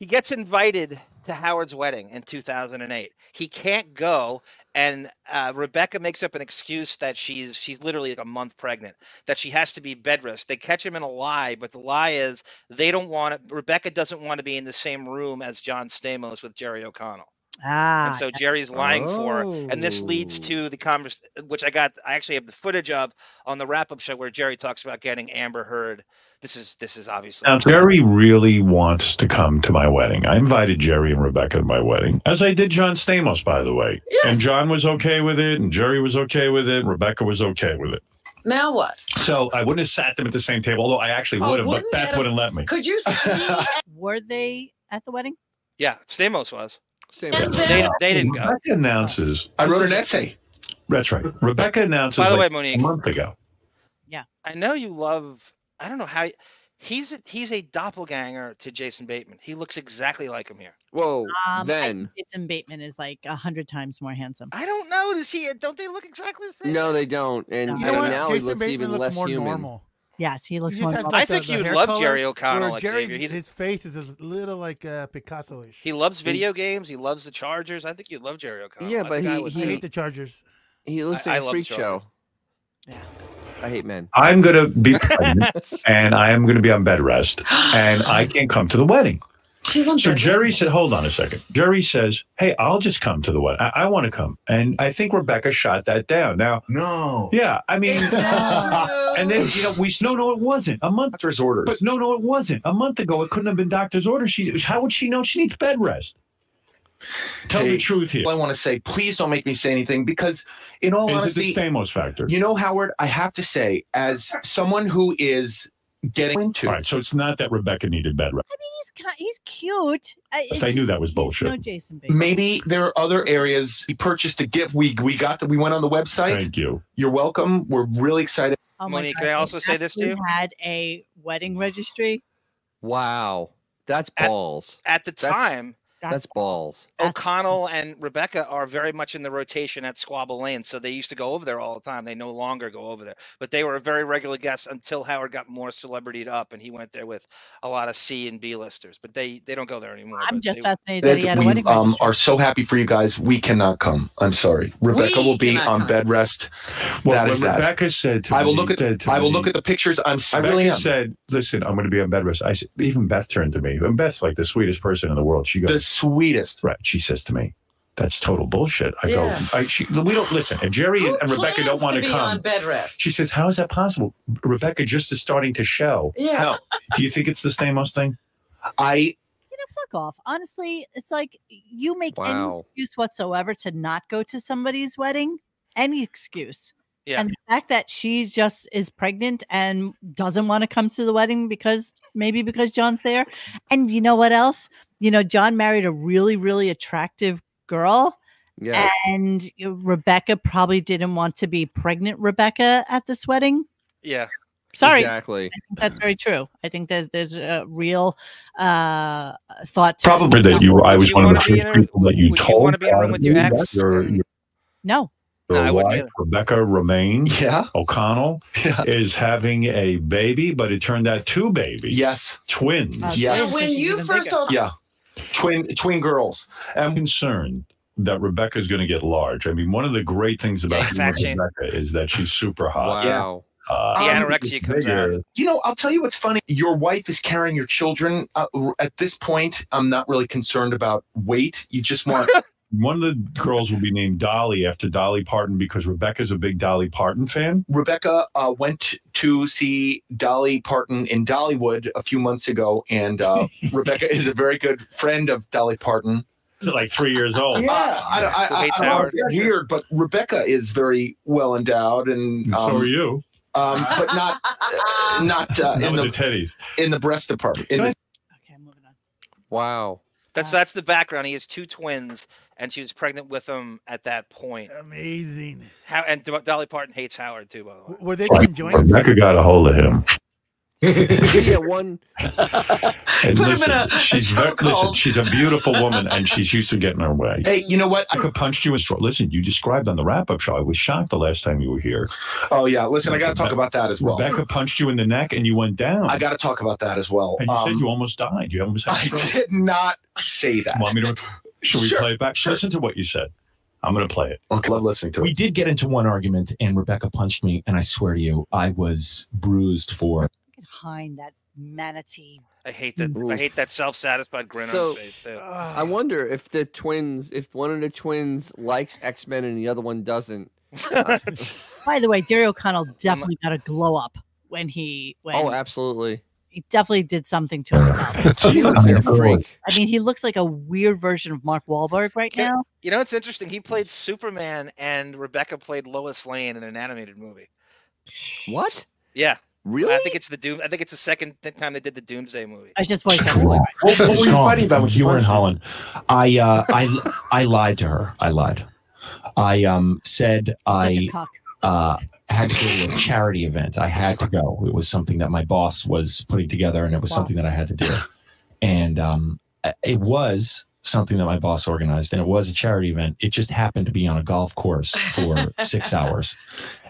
he gets invited to Howard's wedding in 2008. He can't go, and uh, Rebecca makes up an excuse that she's she's literally like a month pregnant, that she has to be bed rest. They catch him in a lie, but the lie is they don't want it. Rebecca doesn't want to be in the same room as John Stamos with Jerry O'Connell.
Ah,
and so Jerry's lying for her, and this leads to the convers, which I got. I actually have the footage of on the wrap-up show where Jerry talks about getting Amber Heard. This is this is obviously
Now, Jerry really wants to come to my wedding. I invited Jerry and Rebecca to my wedding, as I did John Stamos, by the way. And John was okay with it, and Jerry was okay with it, and Rebecca was okay with it.
Now what?
So I wouldn't have sat them at the same table, although I actually
Oh,
would have, but
wouldn't
Beth
Adam-
wouldn't let me.
Could you?
Were they at the wedding?
yeah, Stamos was.
Yes,
they, they, didn't go.
Rebecca announces.
I
This
wrote an
is-
essay.
That's right. Rebecca announces.
By the
like
way, Monique-
a month ago.
Yeah.
I know you love. I don't know how. y- He's a, he's a doppelganger to Jason Bateman. He looks exactly like him here.
Whoa.
Um, I-
then.
Jason Bateman is like a hundred times more handsome.
I don't know. Does he? Don't they look exactly the same?
No, they don't. And,
You
and
know what?
now
Jason
he looks
Bateman
even
looks
less
more
human.
normal. Yes, he looks
He
more.
just has,
normal.
like,
I think
the- the
you'd
hair
love
color,
Jerry
where
O'Connell,
Jerry's-
Xavier. He's-
his face is a little like uh, Picasso-ish.
He loves video games. He loves the Chargers. I think you love Jerry O'Connell.
Yeah,
I
but
think I
he,
would
he
too.
the Chargers.
He looks
I- I
like a
love
freak
the
show. I hate men.
I'm going to be pregnant and I am going to be on bed rest and I can't come to the wedding. so Jerry said, hold on a second. Jerry says, hey, I'll just come to the wedding. I, I want to come. And I think Rebecca shot that down. Now, no. Yeah. I mean, and then, you know, we, no, no, it wasn't. A month. Doctor's orders. But no, no, it wasn't. A month ago, it couldn't have been doctor's orders. She, how would she know she needs bed rest? Tell the truth here.
I want to say, please don't make me say anything because, in all
Is it the
honesty,
Stamos factor?
You know, Howard, I have to say, as someone who is getting into,
All right. So it's not that Rebecca needed bed rest.
He's ki- he's cute. I, it's
I knew
just-
that was
he's
bullshit.
No Jason Bateman.
maybe there are other areas. We purchased a gift. We we got that. We went on the website. Thank
you.
You're welcome. We're really excited.
Oh my
Monique,
God,
can I
they
also say this to
actually
you?
Had a wedding registry.
Wow. That's balls.
At the time,
That's, balls.
Uh,
O'Connell
mm.
and Rebecca are very much in the rotation at Squabble Lane, so they used to go over there all the time. They no longer go over there, but they were a very regular guest until Howard got more celebritied up, and he went there with a lot of C and B listers. But they they don't go there anymore.
I'm
but
just
they-
fascinated that he had a wedding
we um, are so happy for you guys. We cannot come. I'm sorry. Rebecca
We
will be
cannot
on
come.
bed rest.
Well,
that
when
is that.
Rebecca said to
I will
me-
look at
said to
I will
me-
look at the pictures. I'm I
Rebecca
really am.
said, "Listen, I'm going to be on bed rest." I said, even Beth turned to me, and Beth's like the sweetest person in the world. She goes, "The
sweetest."
Right? She says to me, "That's total bullshit." I
Yeah.
go, I, she, "We don't listen." And Jerry and, and Rebecca don't
Plans
want
to
to
be
come.
on bed rest.
she says, "How is that possible?" Rebecca just is starting to show.
Yeah.
No. Do you think it's the Stamos thing?
I
fuck off. Honestly, it's like you make any
Wow.
excuse whatsoever to not go to somebody's wedding. Any excuse.
Yeah.
And the fact that she just is pregnant and doesn't want to come to the wedding because maybe because John's there. And you know what else? You know, John married a really, really attractive girl.
Yeah.
And Rebecca probably didn't want to be pregnant, Rebecca, at this wedding.
Yeah.
Sorry.
Exactly.
I think that's very true. I think that there's a real uh, thought. to-
Probably that you. I was
you
one of the
wanna be
first
in a-
people that you told.
wanna be in a room
uh,
with your
me
ex?
that Your, your,
No.
your wife, Rebecca Romaine
yeah.
O'Connell, is having a baby, but it turned out two babies.
Yes.
Twins.
Yes.
when you first told-
yeah, twin twin girls.
I'm concerned that Rebecca is going to get large. I mean, one of the great things about being
fat
with
shaming.
Rebecca is that she's super hot.
Wow.
Uh,
The
um,
anorexia
comes
bigger-
You know, I'll tell you what's funny. Your wife is carrying your children. Uh, r- at this point, I'm not really concerned about weight. You just want.
One of the girls will be named Dolly after Dolly Parton because Rebecca's a big Dolly Parton fan.
Rebecca uh, went to see Dolly Parton in Dollywood a few months ago, and uh, Rebecca is a very good friend of Dolly Parton.
Like three years old.
Yeah, I, I, I,
Hates
I, I
Howard.
don't get weird, but Rebecca is very well endowed, and,
And so
um,
are you.
um, but not not uh,
Not
in the
with the teddies
in the breast department. In the-
Wow.
That's that's the background. He has two twins, and she was pregnant with him at that point.
Amazing.
How and Do- Dolly Parton hates Howard too, by the way.
Were they conjoined?
Rebecca got a hold of him.
yeah, one.
And
Put him in
listen,
a- a
she's very,
chokehold.
listen, she's a beautiful woman, and she's used to getting her way.
Hey, you know what?
I could punch you in straw. Listen, you described on the wrap-up show. I was shocked the last time you were here.
oh yeah, listen, I got to talk about that as well.
Rebecca punched you in the neck, and you went down.
I got to talk about that as well.
And you
Um,
said you almost died. You almost had a
I
stroke.
did not say that.
Want me to? Should we play it back? Listen to what you said. I'm going to play it.
Okay, love listening to
we did get into one argument, and Rebecca punched me, and I swear to you, I was bruised for
behind that manatee.
I hate that. I hate that self-satisfied grin on
So-
his face. Too.
I wonder if the twins, if one of the twins likes X Men and the other one doesn't. Uh,
By the way, Derry O'Connell definitely got a glow up when he when
oh, absolutely.
he definitely did something to himself.
Jesus, you're a freak.
I mean, he looks like a weird version of Mark Wahlberg right
Yeah,
now.
You know, it's interesting. He played Superman, and Rebecca played Lois Lane in an animated movie.
What?
Yeah.
Really?
I think it's the Doom. I think it's the second th- time they did the Doomsday movie.
I just voice
What, what were you
Sean,
fighting about when
you were in
Holland? I uh, I I lied to her. I lied. I um said I
cock.
uh, had to go to a charity event. I had to go. It was something that my boss was putting together, and it was something that I had to do. And um, it was something that my boss organized, and it was a charity event. It just happened to be on a golf course for six hours,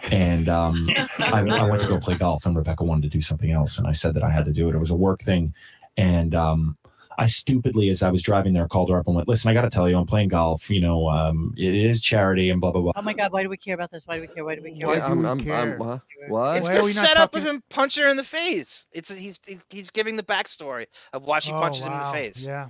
and um, I, I went to go play golf, and Rebecca wanted to do something else, and I said that I had to do it. It was a work thing, and um, I stupidly, as I was driving there, called her up and went, "Listen, I got to tell you, I'm playing golf. You know, um, it is charity, and blah blah blah."
Oh my god, why do we care about this? Why do we care? Why do we care?
Why do we care?
huh? what?
It's the setup of him punching her in the face. It's he's he- he's giving the backstory of why she
Oh,
punches him in
wow.
the face.
Yeah.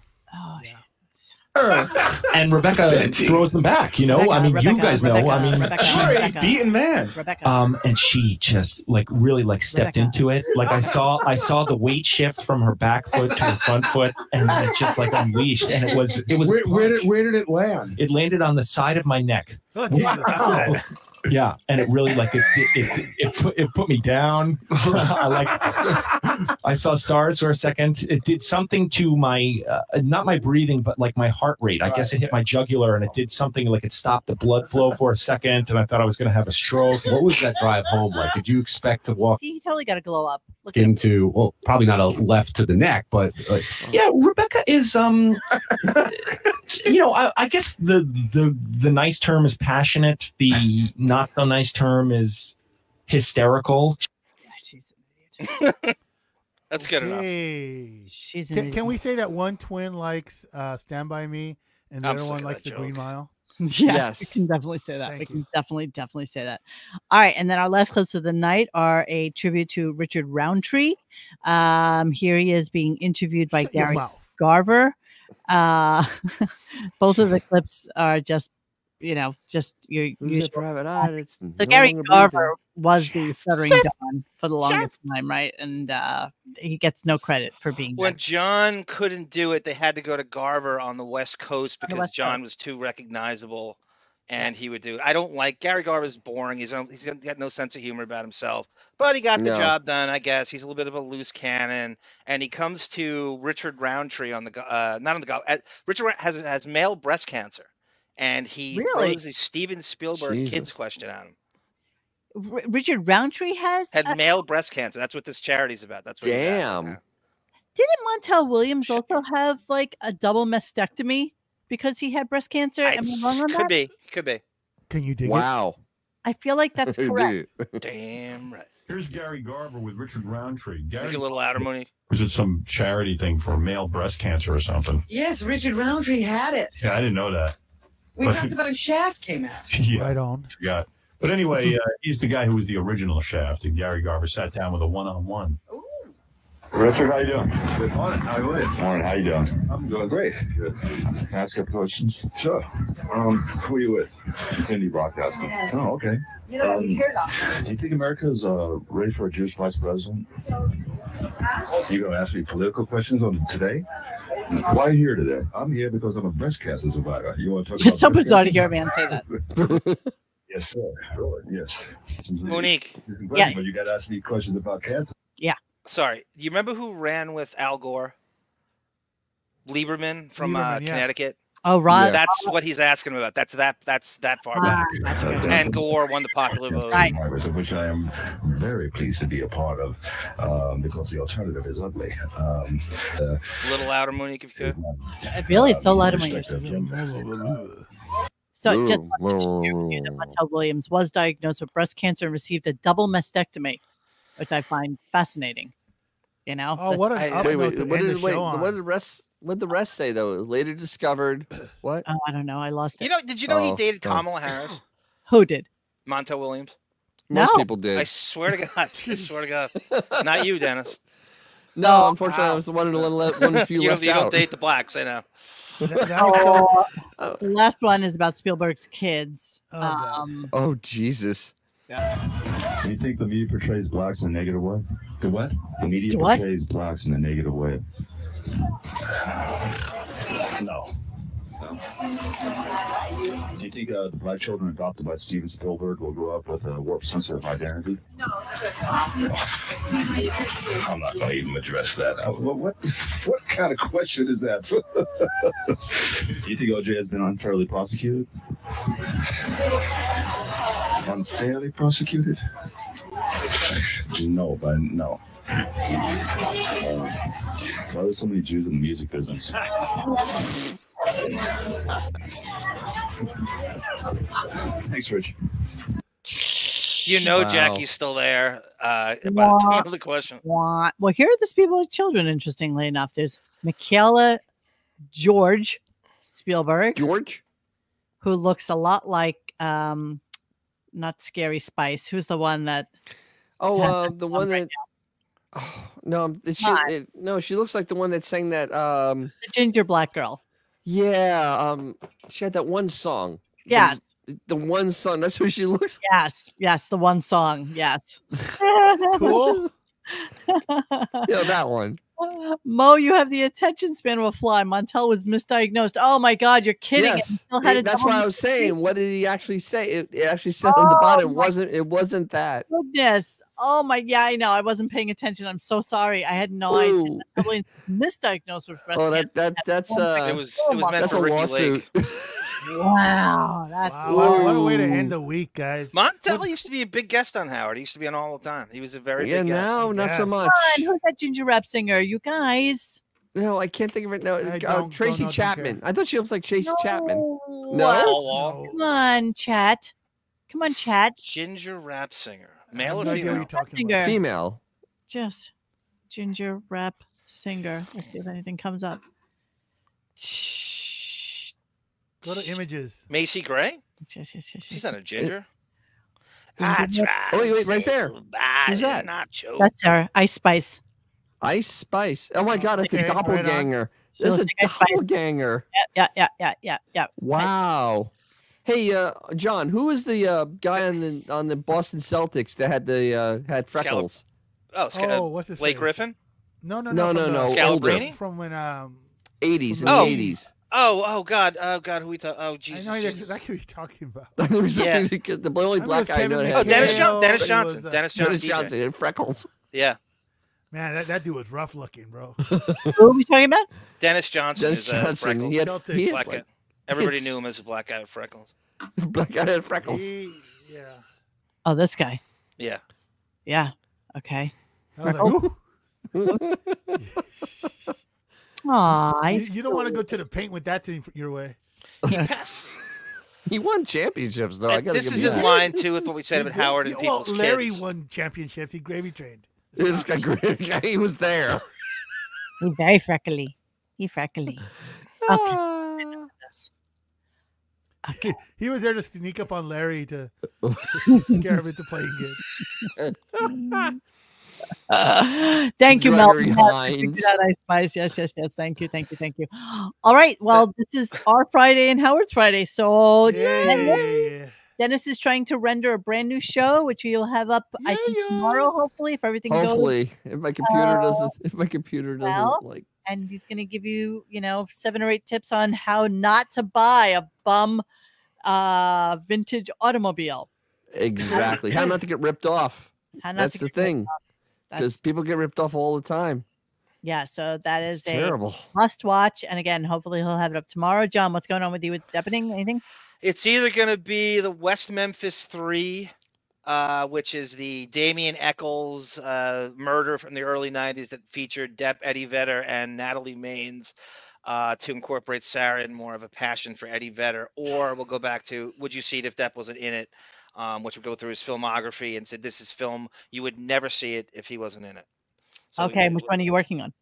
and Rebecca
Benji.
throws them back. You know, I mean, you
Oh Rebecca,
guys know.
Rebecca,
I mean,
Rebecca, She's Rebecca, beaten
man. Um, and she just like really like stepped into it. Like I saw, I saw the weight shift from her back foot to her front foot, and it just like unleashed. And it was, it was. Where, did where did it land? It landed on the side of my neck.
Oh, Jesus.
Wow. Yeah, and it really like it it, it, it, put, it put me down. I like I saw stars for a second. It did something to my uh, not my breathing, but like my heart rate. I guess it hit my jugular, and it did something like it stopped the blood flow for a second, and I thought I was going to have a stroke. What was that drive home like? Did you expect to walk
See, he totally got a glow up. Look at him.
into? Well, probably not a left to the neck, but like, yeah, Rebecca is um you know, I, I guess the the the nice term is passionate. The not so nice term is hysterical.
That's good
enough.
She's
can,
an
can we say that one twin likes uh, Stand By Me and the
I'm
other
sick
one
of
likes The
that
Green
joke.
Mile?
Yes, we can definitely say that. we can definitely, definitely say that. All right, and then our last clips of the night are a tribute to Richard Roundtree. Um, here he is being interviewed by
your
Gary
mouth.
Garver. Uh, both of the clips are just, you know, just your usual
private
classic.
eye that's
So
no
Gary
longer
Garver was the stuttering
Chef.
Don for the longest time, right? And uh, he gets no credit for being
When John couldn't do it, they had to go to Garver on the West Coast because
West
John was too recognizable, and he would do. I don't like Gary Garver's boring. He's un- he's got no sense of humor about himself, but he got the
No.
job done. I guess he's a little bit of a loose cannon, and he comes to Richard Roundtree on the go- uh, not on the golf. Richard Ra- has has male breast cancer, and he
Really?
throws a Steven Spielberg kids
Jesus.
question at him.
R- Richard Roundtree has
Had
uh,
male breast cancer. That's what this charity's about. That's what he's asking
Damn.
Didn't Montel Williams also have like a double mastectomy because he had breast cancer? Am I wrong on
Could
that?
be. Could be.
Can you dig
it? Wow.
I feel like that's correct.
Damn right.
Here's Gary Garver with Richard Roundtree.
Make it a little louder, Mooney.
Was it some charity thing for male breast cancer or something?
Yes, Richard Roundtree had it.
Yeah, I didn't know that.
We talked about a shaft came out.
yeah,
right on.
Forgot. But anyway, uh, he's the guy who was the original Shaft, and Gary Garver sat down with a one-on-one.
Richard, how you doing? Good morning. How are you? Morning. How you doing? I'm doing great. Good. Can I ask you a question? Sure. Um, who are you with? Community Broadcasting. Oh, okay.
You know,
Um,
you hear that.
do you think America is uh, ready for a Jewish vice president? You gonna ask me political questions on today? Why are you here today? I'm here because I'm a breast cancer survivor. You want to talk about?
It's so
breast
bizarre to
cancer?
hear a man say that.
Yes, sir. Really? Yes.
Monique.
Yeah. But you got to ask me questions about cancer.
Yeah.
Sorry. You remember who ran with Al Gore? Lieberman from uh,
Lieberman, yeah.
Connecticut.
Oh, Ron.
That's what he's asking about. That's that. That's that far
Ah,
back. and Gore won the popular vote.
Congress, of which I am very pleased to be a part of, um, because the alternative is ugly. Um, uh,
A little louder, Monique, if you could.
Uh, Really, it's so loud in my ears.
irrespective of gender.
So just wanted to share with you that Montel Williams was diagnosed with breast cancer and received a double mastectomy, which I find fascinating. You know?
Oh,
That's-
what an up
wait,
note
wait.
to
What
end
did,
the
wait,
show on.
what did the rest? What did the rest say though? Later discovered. What?
Oh, I don't know. I lost it.
You know? Did you know he
Oh,
dated
God.
Kamala Harris?
Who did?
Montel Williams.
Most
No.
people did.
I swear to God. I swear to God. Not you, Dennis.
No, unfortunately, I was the one of the one, le- one of the few
you
left
don't, you don't
out.
date the blacks, I know.
Oh, the last one is about Spielberg's kids. um,
Oh Jesus!
Do you think the media portrays blacks in a negative way? The what? The media
The what?
portrays blacks in a negative way. No. No. Do you think uh, the black children adopted by Steven Spielberg will grow up with a warped sense of identity? I'm not going to even address that. I- What, what, what kind of question is that? Do you think OJ has been unfairly prosecuted? Unfairly prosecuted? No, but no. Um, why are there so many Jews in the music business? Thanks, Rich.
You know
Wow.
Jackie's still there. Uh, by the time of the question.
wah. Well, here are the Spielberg children. Interestingly enough, there's Michaela George Spielberg.
George,
who looks a lot like um, not Scary Spice. Who's the one that?
Oh,
has
uh,
that
the
song
one
right
that. Oh, no, um, she,
Not.
it- no, she looks like the one that sang that. Um,
the ginger black girl.
Yeah, um, she had that one song. the-
Yes.
The, one song. That's what she looks.
Yes, yes, the one song. Yes.
cool. Yeah, that one.
Mo, you have the attention span of a fly. Montel was misdiagnosed. Oh my God, you're kidding! It
Yes,
still had
it-
a
that's what I
double
was saying. What did he actually say? It, it actually said on the
Oh
bottom. It wasn't. It wasn't that.
Goodness. Oh my, yeah, I know. I wasn't paying attention. I'm so sorry. I had no idea.
Ooh.
That's Probably misdiagnosed with breast
Oh, that
cancer.
that that's
one
uh.
thing. Oh my
that's a
God.
lawsuit.
Wow, that's
Wow,
Wow, what a way to
Ooh.
end the week, guys.
Montel used to be a big guest on Howard. He used to be on all the time. He was a very
Yeah,
big guest.
now not so much.
Come on, who's that ginger rap singer? You guys.
No, I can't think of it now.
I
Uh,
don't-
Tracy
don't know, don't care.
Chapman. I thought she looks like Tracy Chapman. No.
Come on, chat. Come on, chat.
Ginger rap singer. Male
have
or
no idea what
female?
you're talking about. Singer.
Female.
Just ginger rap singer. Let's see if anything comes up.
Go to images.
Macy Gray? She's not a ginger. That's
Ginger
right.
rap-
Oh, wait, wait, right there. Who's that?
Nacho.
That's her. Ice Spice.
Ice Spice. Oh my God, that's
Okay,
a
right on.
doppelganger.
She
This
looks
is a
like Ice Spice.
doppelganger.
Yeah, yeah, yeah, yeah, yeah.
Wow. Hey, uh, John, who was the uh, guy on the on the Boston Celtics that had the uh, had freckles?
Oh, Sca-
Oh,
uh,
what's his
Blake
face?
Griffin?
No, no, no,
No, no,
from the-
no, older. Scalabrine?
From when um,
Eighties in
Oh.
the eighties.
Oh, oh God, oh God, who we talk? Oh
I
Jesus,
know
Jesus.
exactly what you're talking about.
Yeah.
because the only
I remember it
black
was
guy I
Kevin
know that
Oh,
had
Dennis,
Mikhail,
John- Dennis
it
Johnson.
was, uh,
Dennis Johnson.
Dennis
DJ.
Johnson and freckles.
Yeah,
Man, that, that dude was rough looking, bro.
Who are we talking about?
Dennis Johnson
Dennis
is uh,
Johnson,
freckles.
he had-
Celtics. he had
black
like-
guy. Everybody
it's-
knew him as a black guy with freckles.
black guy had freckles.
He- yeah.
Oh, this guy.
Yeah.
Yeah. Okay.
I was like, "Ooh."
Aw,
you,
Ice.
you don't want to go to the paint with that team your way.
Yes.
He won championships though. I
And
gotta
this
give
is
you
in
that.
line too with what we said about Howard and
well,
people's
Larry
kids.
won championships. He gravy trained.
This guy, he was there.
He's very freckly. He freckly. Okay.
He, he was there to sneak up on Larry to, to scare him into playing good.
thank you, Mel. for
Gregory
that. Thank you
Hines.
for that, Ice Spice. Yes, yes, yes. Thank you, thank you, thank you. All right. Well, this is our Friday and Howard's Friday. So
Dennis,
Dennis is trying to render a brand new show, which we will have up I think tomorrow, hopefully, if everything goes
Hopefully, if my computer
Uh,
doesn't, if my computer doesn't
well,
like,
and he's going to give you, you know, seven or eight tips on how not to buy a bum uh vintage automobile.
exactly how not to get ripped off.
How not
That's
to
the
get ripped
thing, because people get ripped off all the time.
Yeah, so that is
It's
a
terrible.
must watch. And again, hopefully he'll have it up tomorrow. John, what's going on with you with Depping? Anything?
It's either going to be the West Memphis Three, uh, which is the Damien Eccles uh, murder from the early '90s that featured Depp, Eddie Vedder, and Natalie Maines uh, to incorporate Sarah in more of a passion for Eddie Vedder, or we'll go back to Would You See It If Depp Wasn't in It, um, which would go through his filmography and said this is film you would never see it if he wasn't in it. So
okay,
you-
which one are you working on?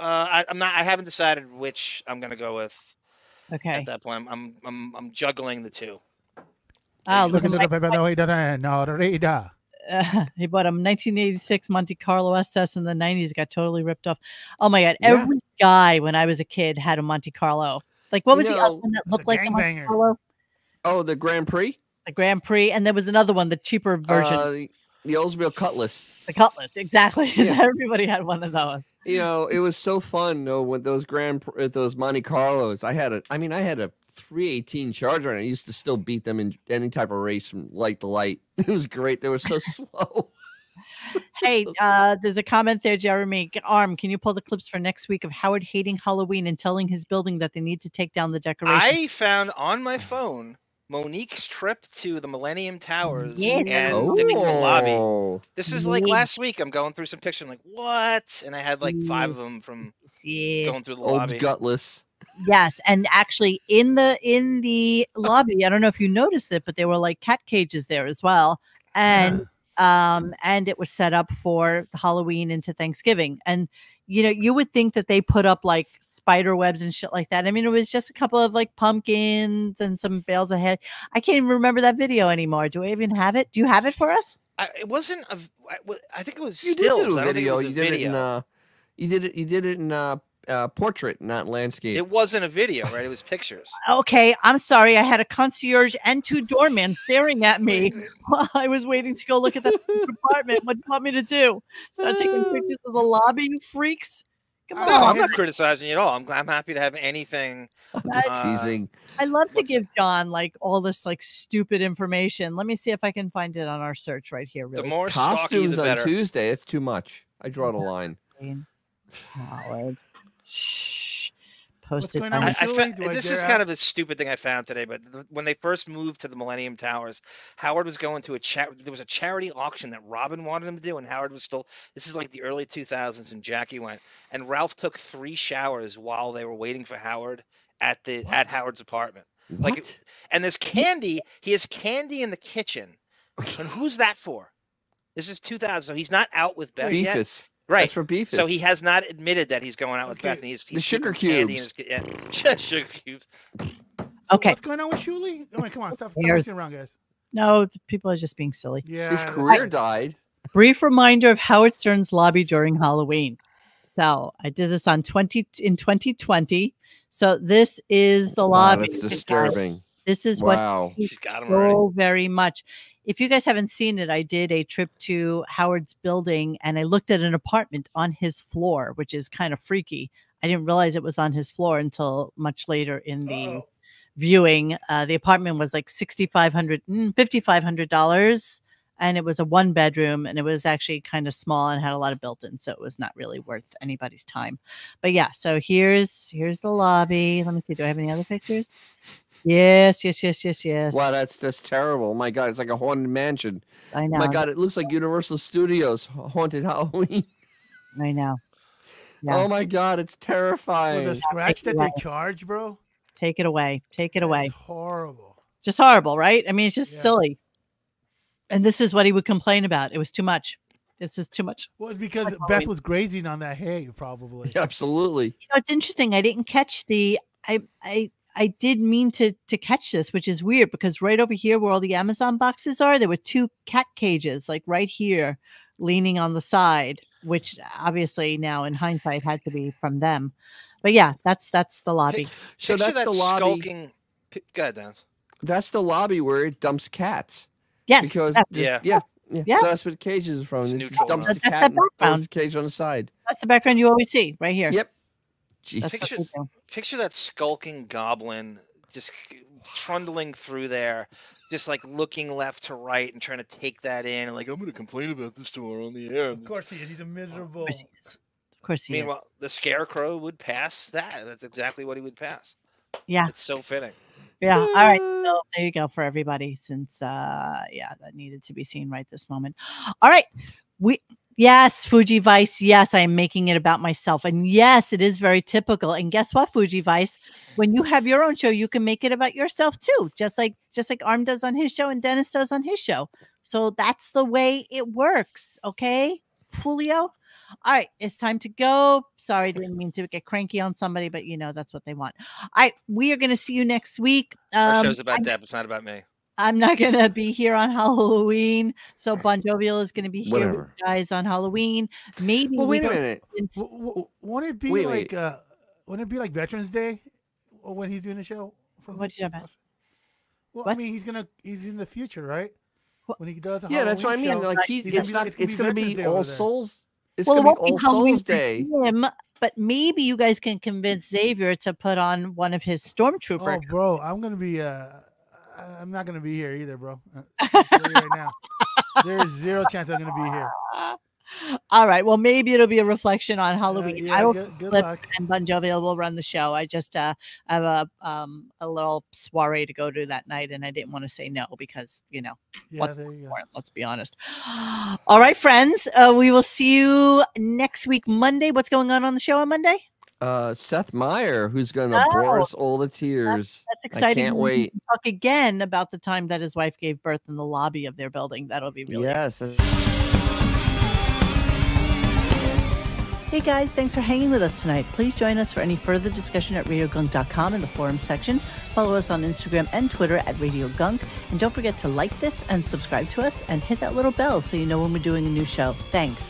Uh, I, I'm not. I haven't decided which I'm going to go with
Okay.
at that point. I'm I'm I'm, I'm juggling the two.
Ah,
Look
look
at
at
the
Mike.
eh, Pepe, the way that I know, Rita.
uh, he bought a 1986 Monte Carlo SS in the 90s. Got totally ripped off. Oh my god! Every guy when I was a kid had a Monte Carlo. Like what was the other
No.
one that
It's a
looked like the Monte
gangbanger.
Carlo?
Oh, the Grand Prix
The Grand Prix, and there was another one, the cheaper version,
Uh, the Oldsmobile Cutlass.
the Cutlass. Exactly.
Yeah.
Everybody had one of those.
You know, it was so fun though when those Grand Pr- uh, those Monte Carlos. I had a, I mean, I had a 318 Charger, and I used to still beat them in any type of race from light to light. It was great. They were so slow.
Hey, uh, there's a comment there, Jeremy. G- Arm, can you pull the clips for next week of Howard hating Halloween and telling his building that they need to take down the decorations?
I found on my phone Monique's trip to the Millennium Towers
Yes.
and the Nicole lobby.
Oh.
This is like
Yes.
last week. I'm going through some pictures. I'm like, what? And I had like five of them from going through the
Old
lobby.
gutless.
Yes, and actually in the in the lobby, I don't know if you noticed it, but there were like cat cages there as well, and um and it was set up for Halloween into Thanksgiving, and you know you would think that they put up like spider webs and shit like that. I mean, it was just a couple of like pumpkins and some bales of hay. I can't even remember that video anymore. Do I even have it? Do you have it for us?
I, it wasn't a. v- I, w- I think it was
You
stills.
did do
I
a
don't think it
video.
was a
You did it
video.
in. Uh, you did it. You did it in uh, uh, portrait, not landscape.
It wasn't a video, right? It was pictures.
Okay, I'm sorry. I had a concierge and two doormen staring at me while I was waiting to go look at that apartment. What do you want me to do? Start taking pictures of the lobby, you freaks?
No,
Come on.
I'm not criticizing you at all. I'm, I'm happy to have anything.
just
uh,
teasing.
I love to give John like all this like stupid information. Let me see if I can find it on our search right here. Really,
more stalky,
Costumes
the
on
better.
Tuesday. It's too much. I draw the line.
Posted.
going
by-
I- I fa- this is kind of a stupid thing I found today, but th- when they first moved to the Millennium Towers, Howard was going to a chat. There was a charity auction that Robin wanted him to do, and Howard was still. This is like the early 2000s, and Jackie went, and Ralph took three showers while they were waiting for Howard at the at Howard's apartment. Like, it- and there's candy. He has candy in the kitchen, and who's that for? This is 2000, so he's not out with Beth yet.
Beefus.
Right.
That's for Beefus.
So he has not admitted that he's going out with Beth. And he's,
The
he's
sugar
keeping candy in
cubes.
his- yeah, sugar cubes.
okay.
What's going on with Shuli? Come on, come on, stop, stop
There's-
messing around, guys.
No, t- people are just being silly.
Yeah,
His
that's-
career died.
Brief reminder of Howard Stern's lobby during Halloween. So I did this on twenty in twenty twenty. So this is the
Wow,
lobby.
that's
You can
disturbing.
This is
Wow.
what he
She's got 'em already.
so very much. If you guys haven't seen it, I did a trip to Howard's building and I looked at an apartment on his floor, which is kind of freaky. I didn't realize it was on his floor until much later in the
Oh.
viewing. Uh, the apartment was like $6,500, mm, $5,500. And it was a one bedroom and it was actually kind of small and had a lot of built in. So it was not really worth anybody's time. But yeah, so here's here's the lobby. Let me see. Do I have any other pictures? Yes, yes, yes, yes, yes.
Wow, that's that's terrible. My God, it's like a haunted mansion.
I know.
My God, it looks like Universal Studios ha- haunted Halloween.
I know.
Oh my God, it's
With
terrifying.
the scratch that they
Right.
charge, bro.
Take it away. Take it away.
Horrible.
Just horrible, right? I mean, it's just silly. And this is what he would complain about. It was too much. This is too much.
Well, it's because
Like
Beth
Halloween.
was grazing on that hay, probably.
Absolutely.
you know, it's interesting. I didn't catch the I I I did mean to to catch this, which is weird because right over here where all the Amazon boxes are, there were two cat cages, like right here, leaning on the side, which obviously now in hindsight had to be from them. But yeah, that's that's the lobby.
So
Picture
that's
that
the lobby.
Skulking... pi- Go ahead, Dennis.
That's the lobby where it dumps cats.
Yes,
Because
yes,
the-
yes,
yeah, yeah.
yes, yes.
So that's what the cage is from. It
neutral
dumps
now.
the
That's
cat
the
and throws
background.
the cage on the side.
That's the background you always see right here.
Yep.
That's what
Picture,
they do.
picture that skulking goblin just c- trundling through there, just like looking left to right and trying to take that in. And like, I'm going to complain about this tomorrow on the air.
Of course he is. He's a miserable.
Of course he is.
Meanwhile, the scarecrow would pass that. That's exactly what he would pass.
Yeah.
It's so fitting.
Yeah. All right. So there you go for everybody since uh yeah, that needed to be seen right this moment. All right. We yes, Fuji Vice. Yes, I am making it about myself. And yes, it is very typical. And guess what, Fuji Vice? When you have your own show, you can make it about yourself too, just like just like Arm does on his show and Dennis does on his show. So that's the way it works. Okay, Fulio. All right, it's time to go. Sorry, didn't mean to get cranky on somebody, but you know that's what they want. All right, we are going to see you next week.
Our
Um,
show's about
I-
Deb. It's not about me.
I'm not gonna be here on Halloween, so Bon Jovial is gonna be here with
Whatever.
you guys on Halloween. Maybe
Well,
we
wait a
don't-
minute.
it's-
W- w- won't it be
Wait,
like
wait.
uh won't it be like Veterans Day when he's doing the show? From
What you talking
Well, I mean, he's gonna he's in the future, right? When he does, a
Yeah, that's what I
Halloween
mean.
show,
Like he's,
gonna
it's
be
not.
like-
It's gonna
Veterans
be
Day
All
over there.
Souls. It's
it
gonna
won't
be All
Halloween
Souls
for
Day.
him, but maybe you guys can convince Xavier to put on one of his stormtrooper.
Oh, bro, I'm gonna be. uh I- I'm not gonna be here either, bro. Uh, I'll tell you right now, there's zero chance I'm gonna be here.
All right. Well, maybe it'll be a reflection on Halloween.
yeah,
I will
good- good
clip
luck.
and Bon Jovi will run the show. I just uh, have a um, a little soiree to go to that night, and I didn't want to say no because you know
Yeah,
what's
there
the
you go.
point? Let's be honest. All right, friends. Uh, we will see you next week, Monday. What's going on on the show on Monday?
Uh, Seth Meyer, who's gonna
Oh.
bore us all to tears.
That's exciting.
I can't
We
wait.
can Talk again about the time that his wife gave birth in the lobby of their building. That'll be really
Yes. that's-
Hey guys, thanks for hanging with us tonight. Please join us for any further discussion at radiogunk.com in the forum section. Follow us on Instagram and Twitter at Radio Gunk. And don't forget to like this and subscribe to us and hit that little bell so you know when we're doing a new show. Thanks.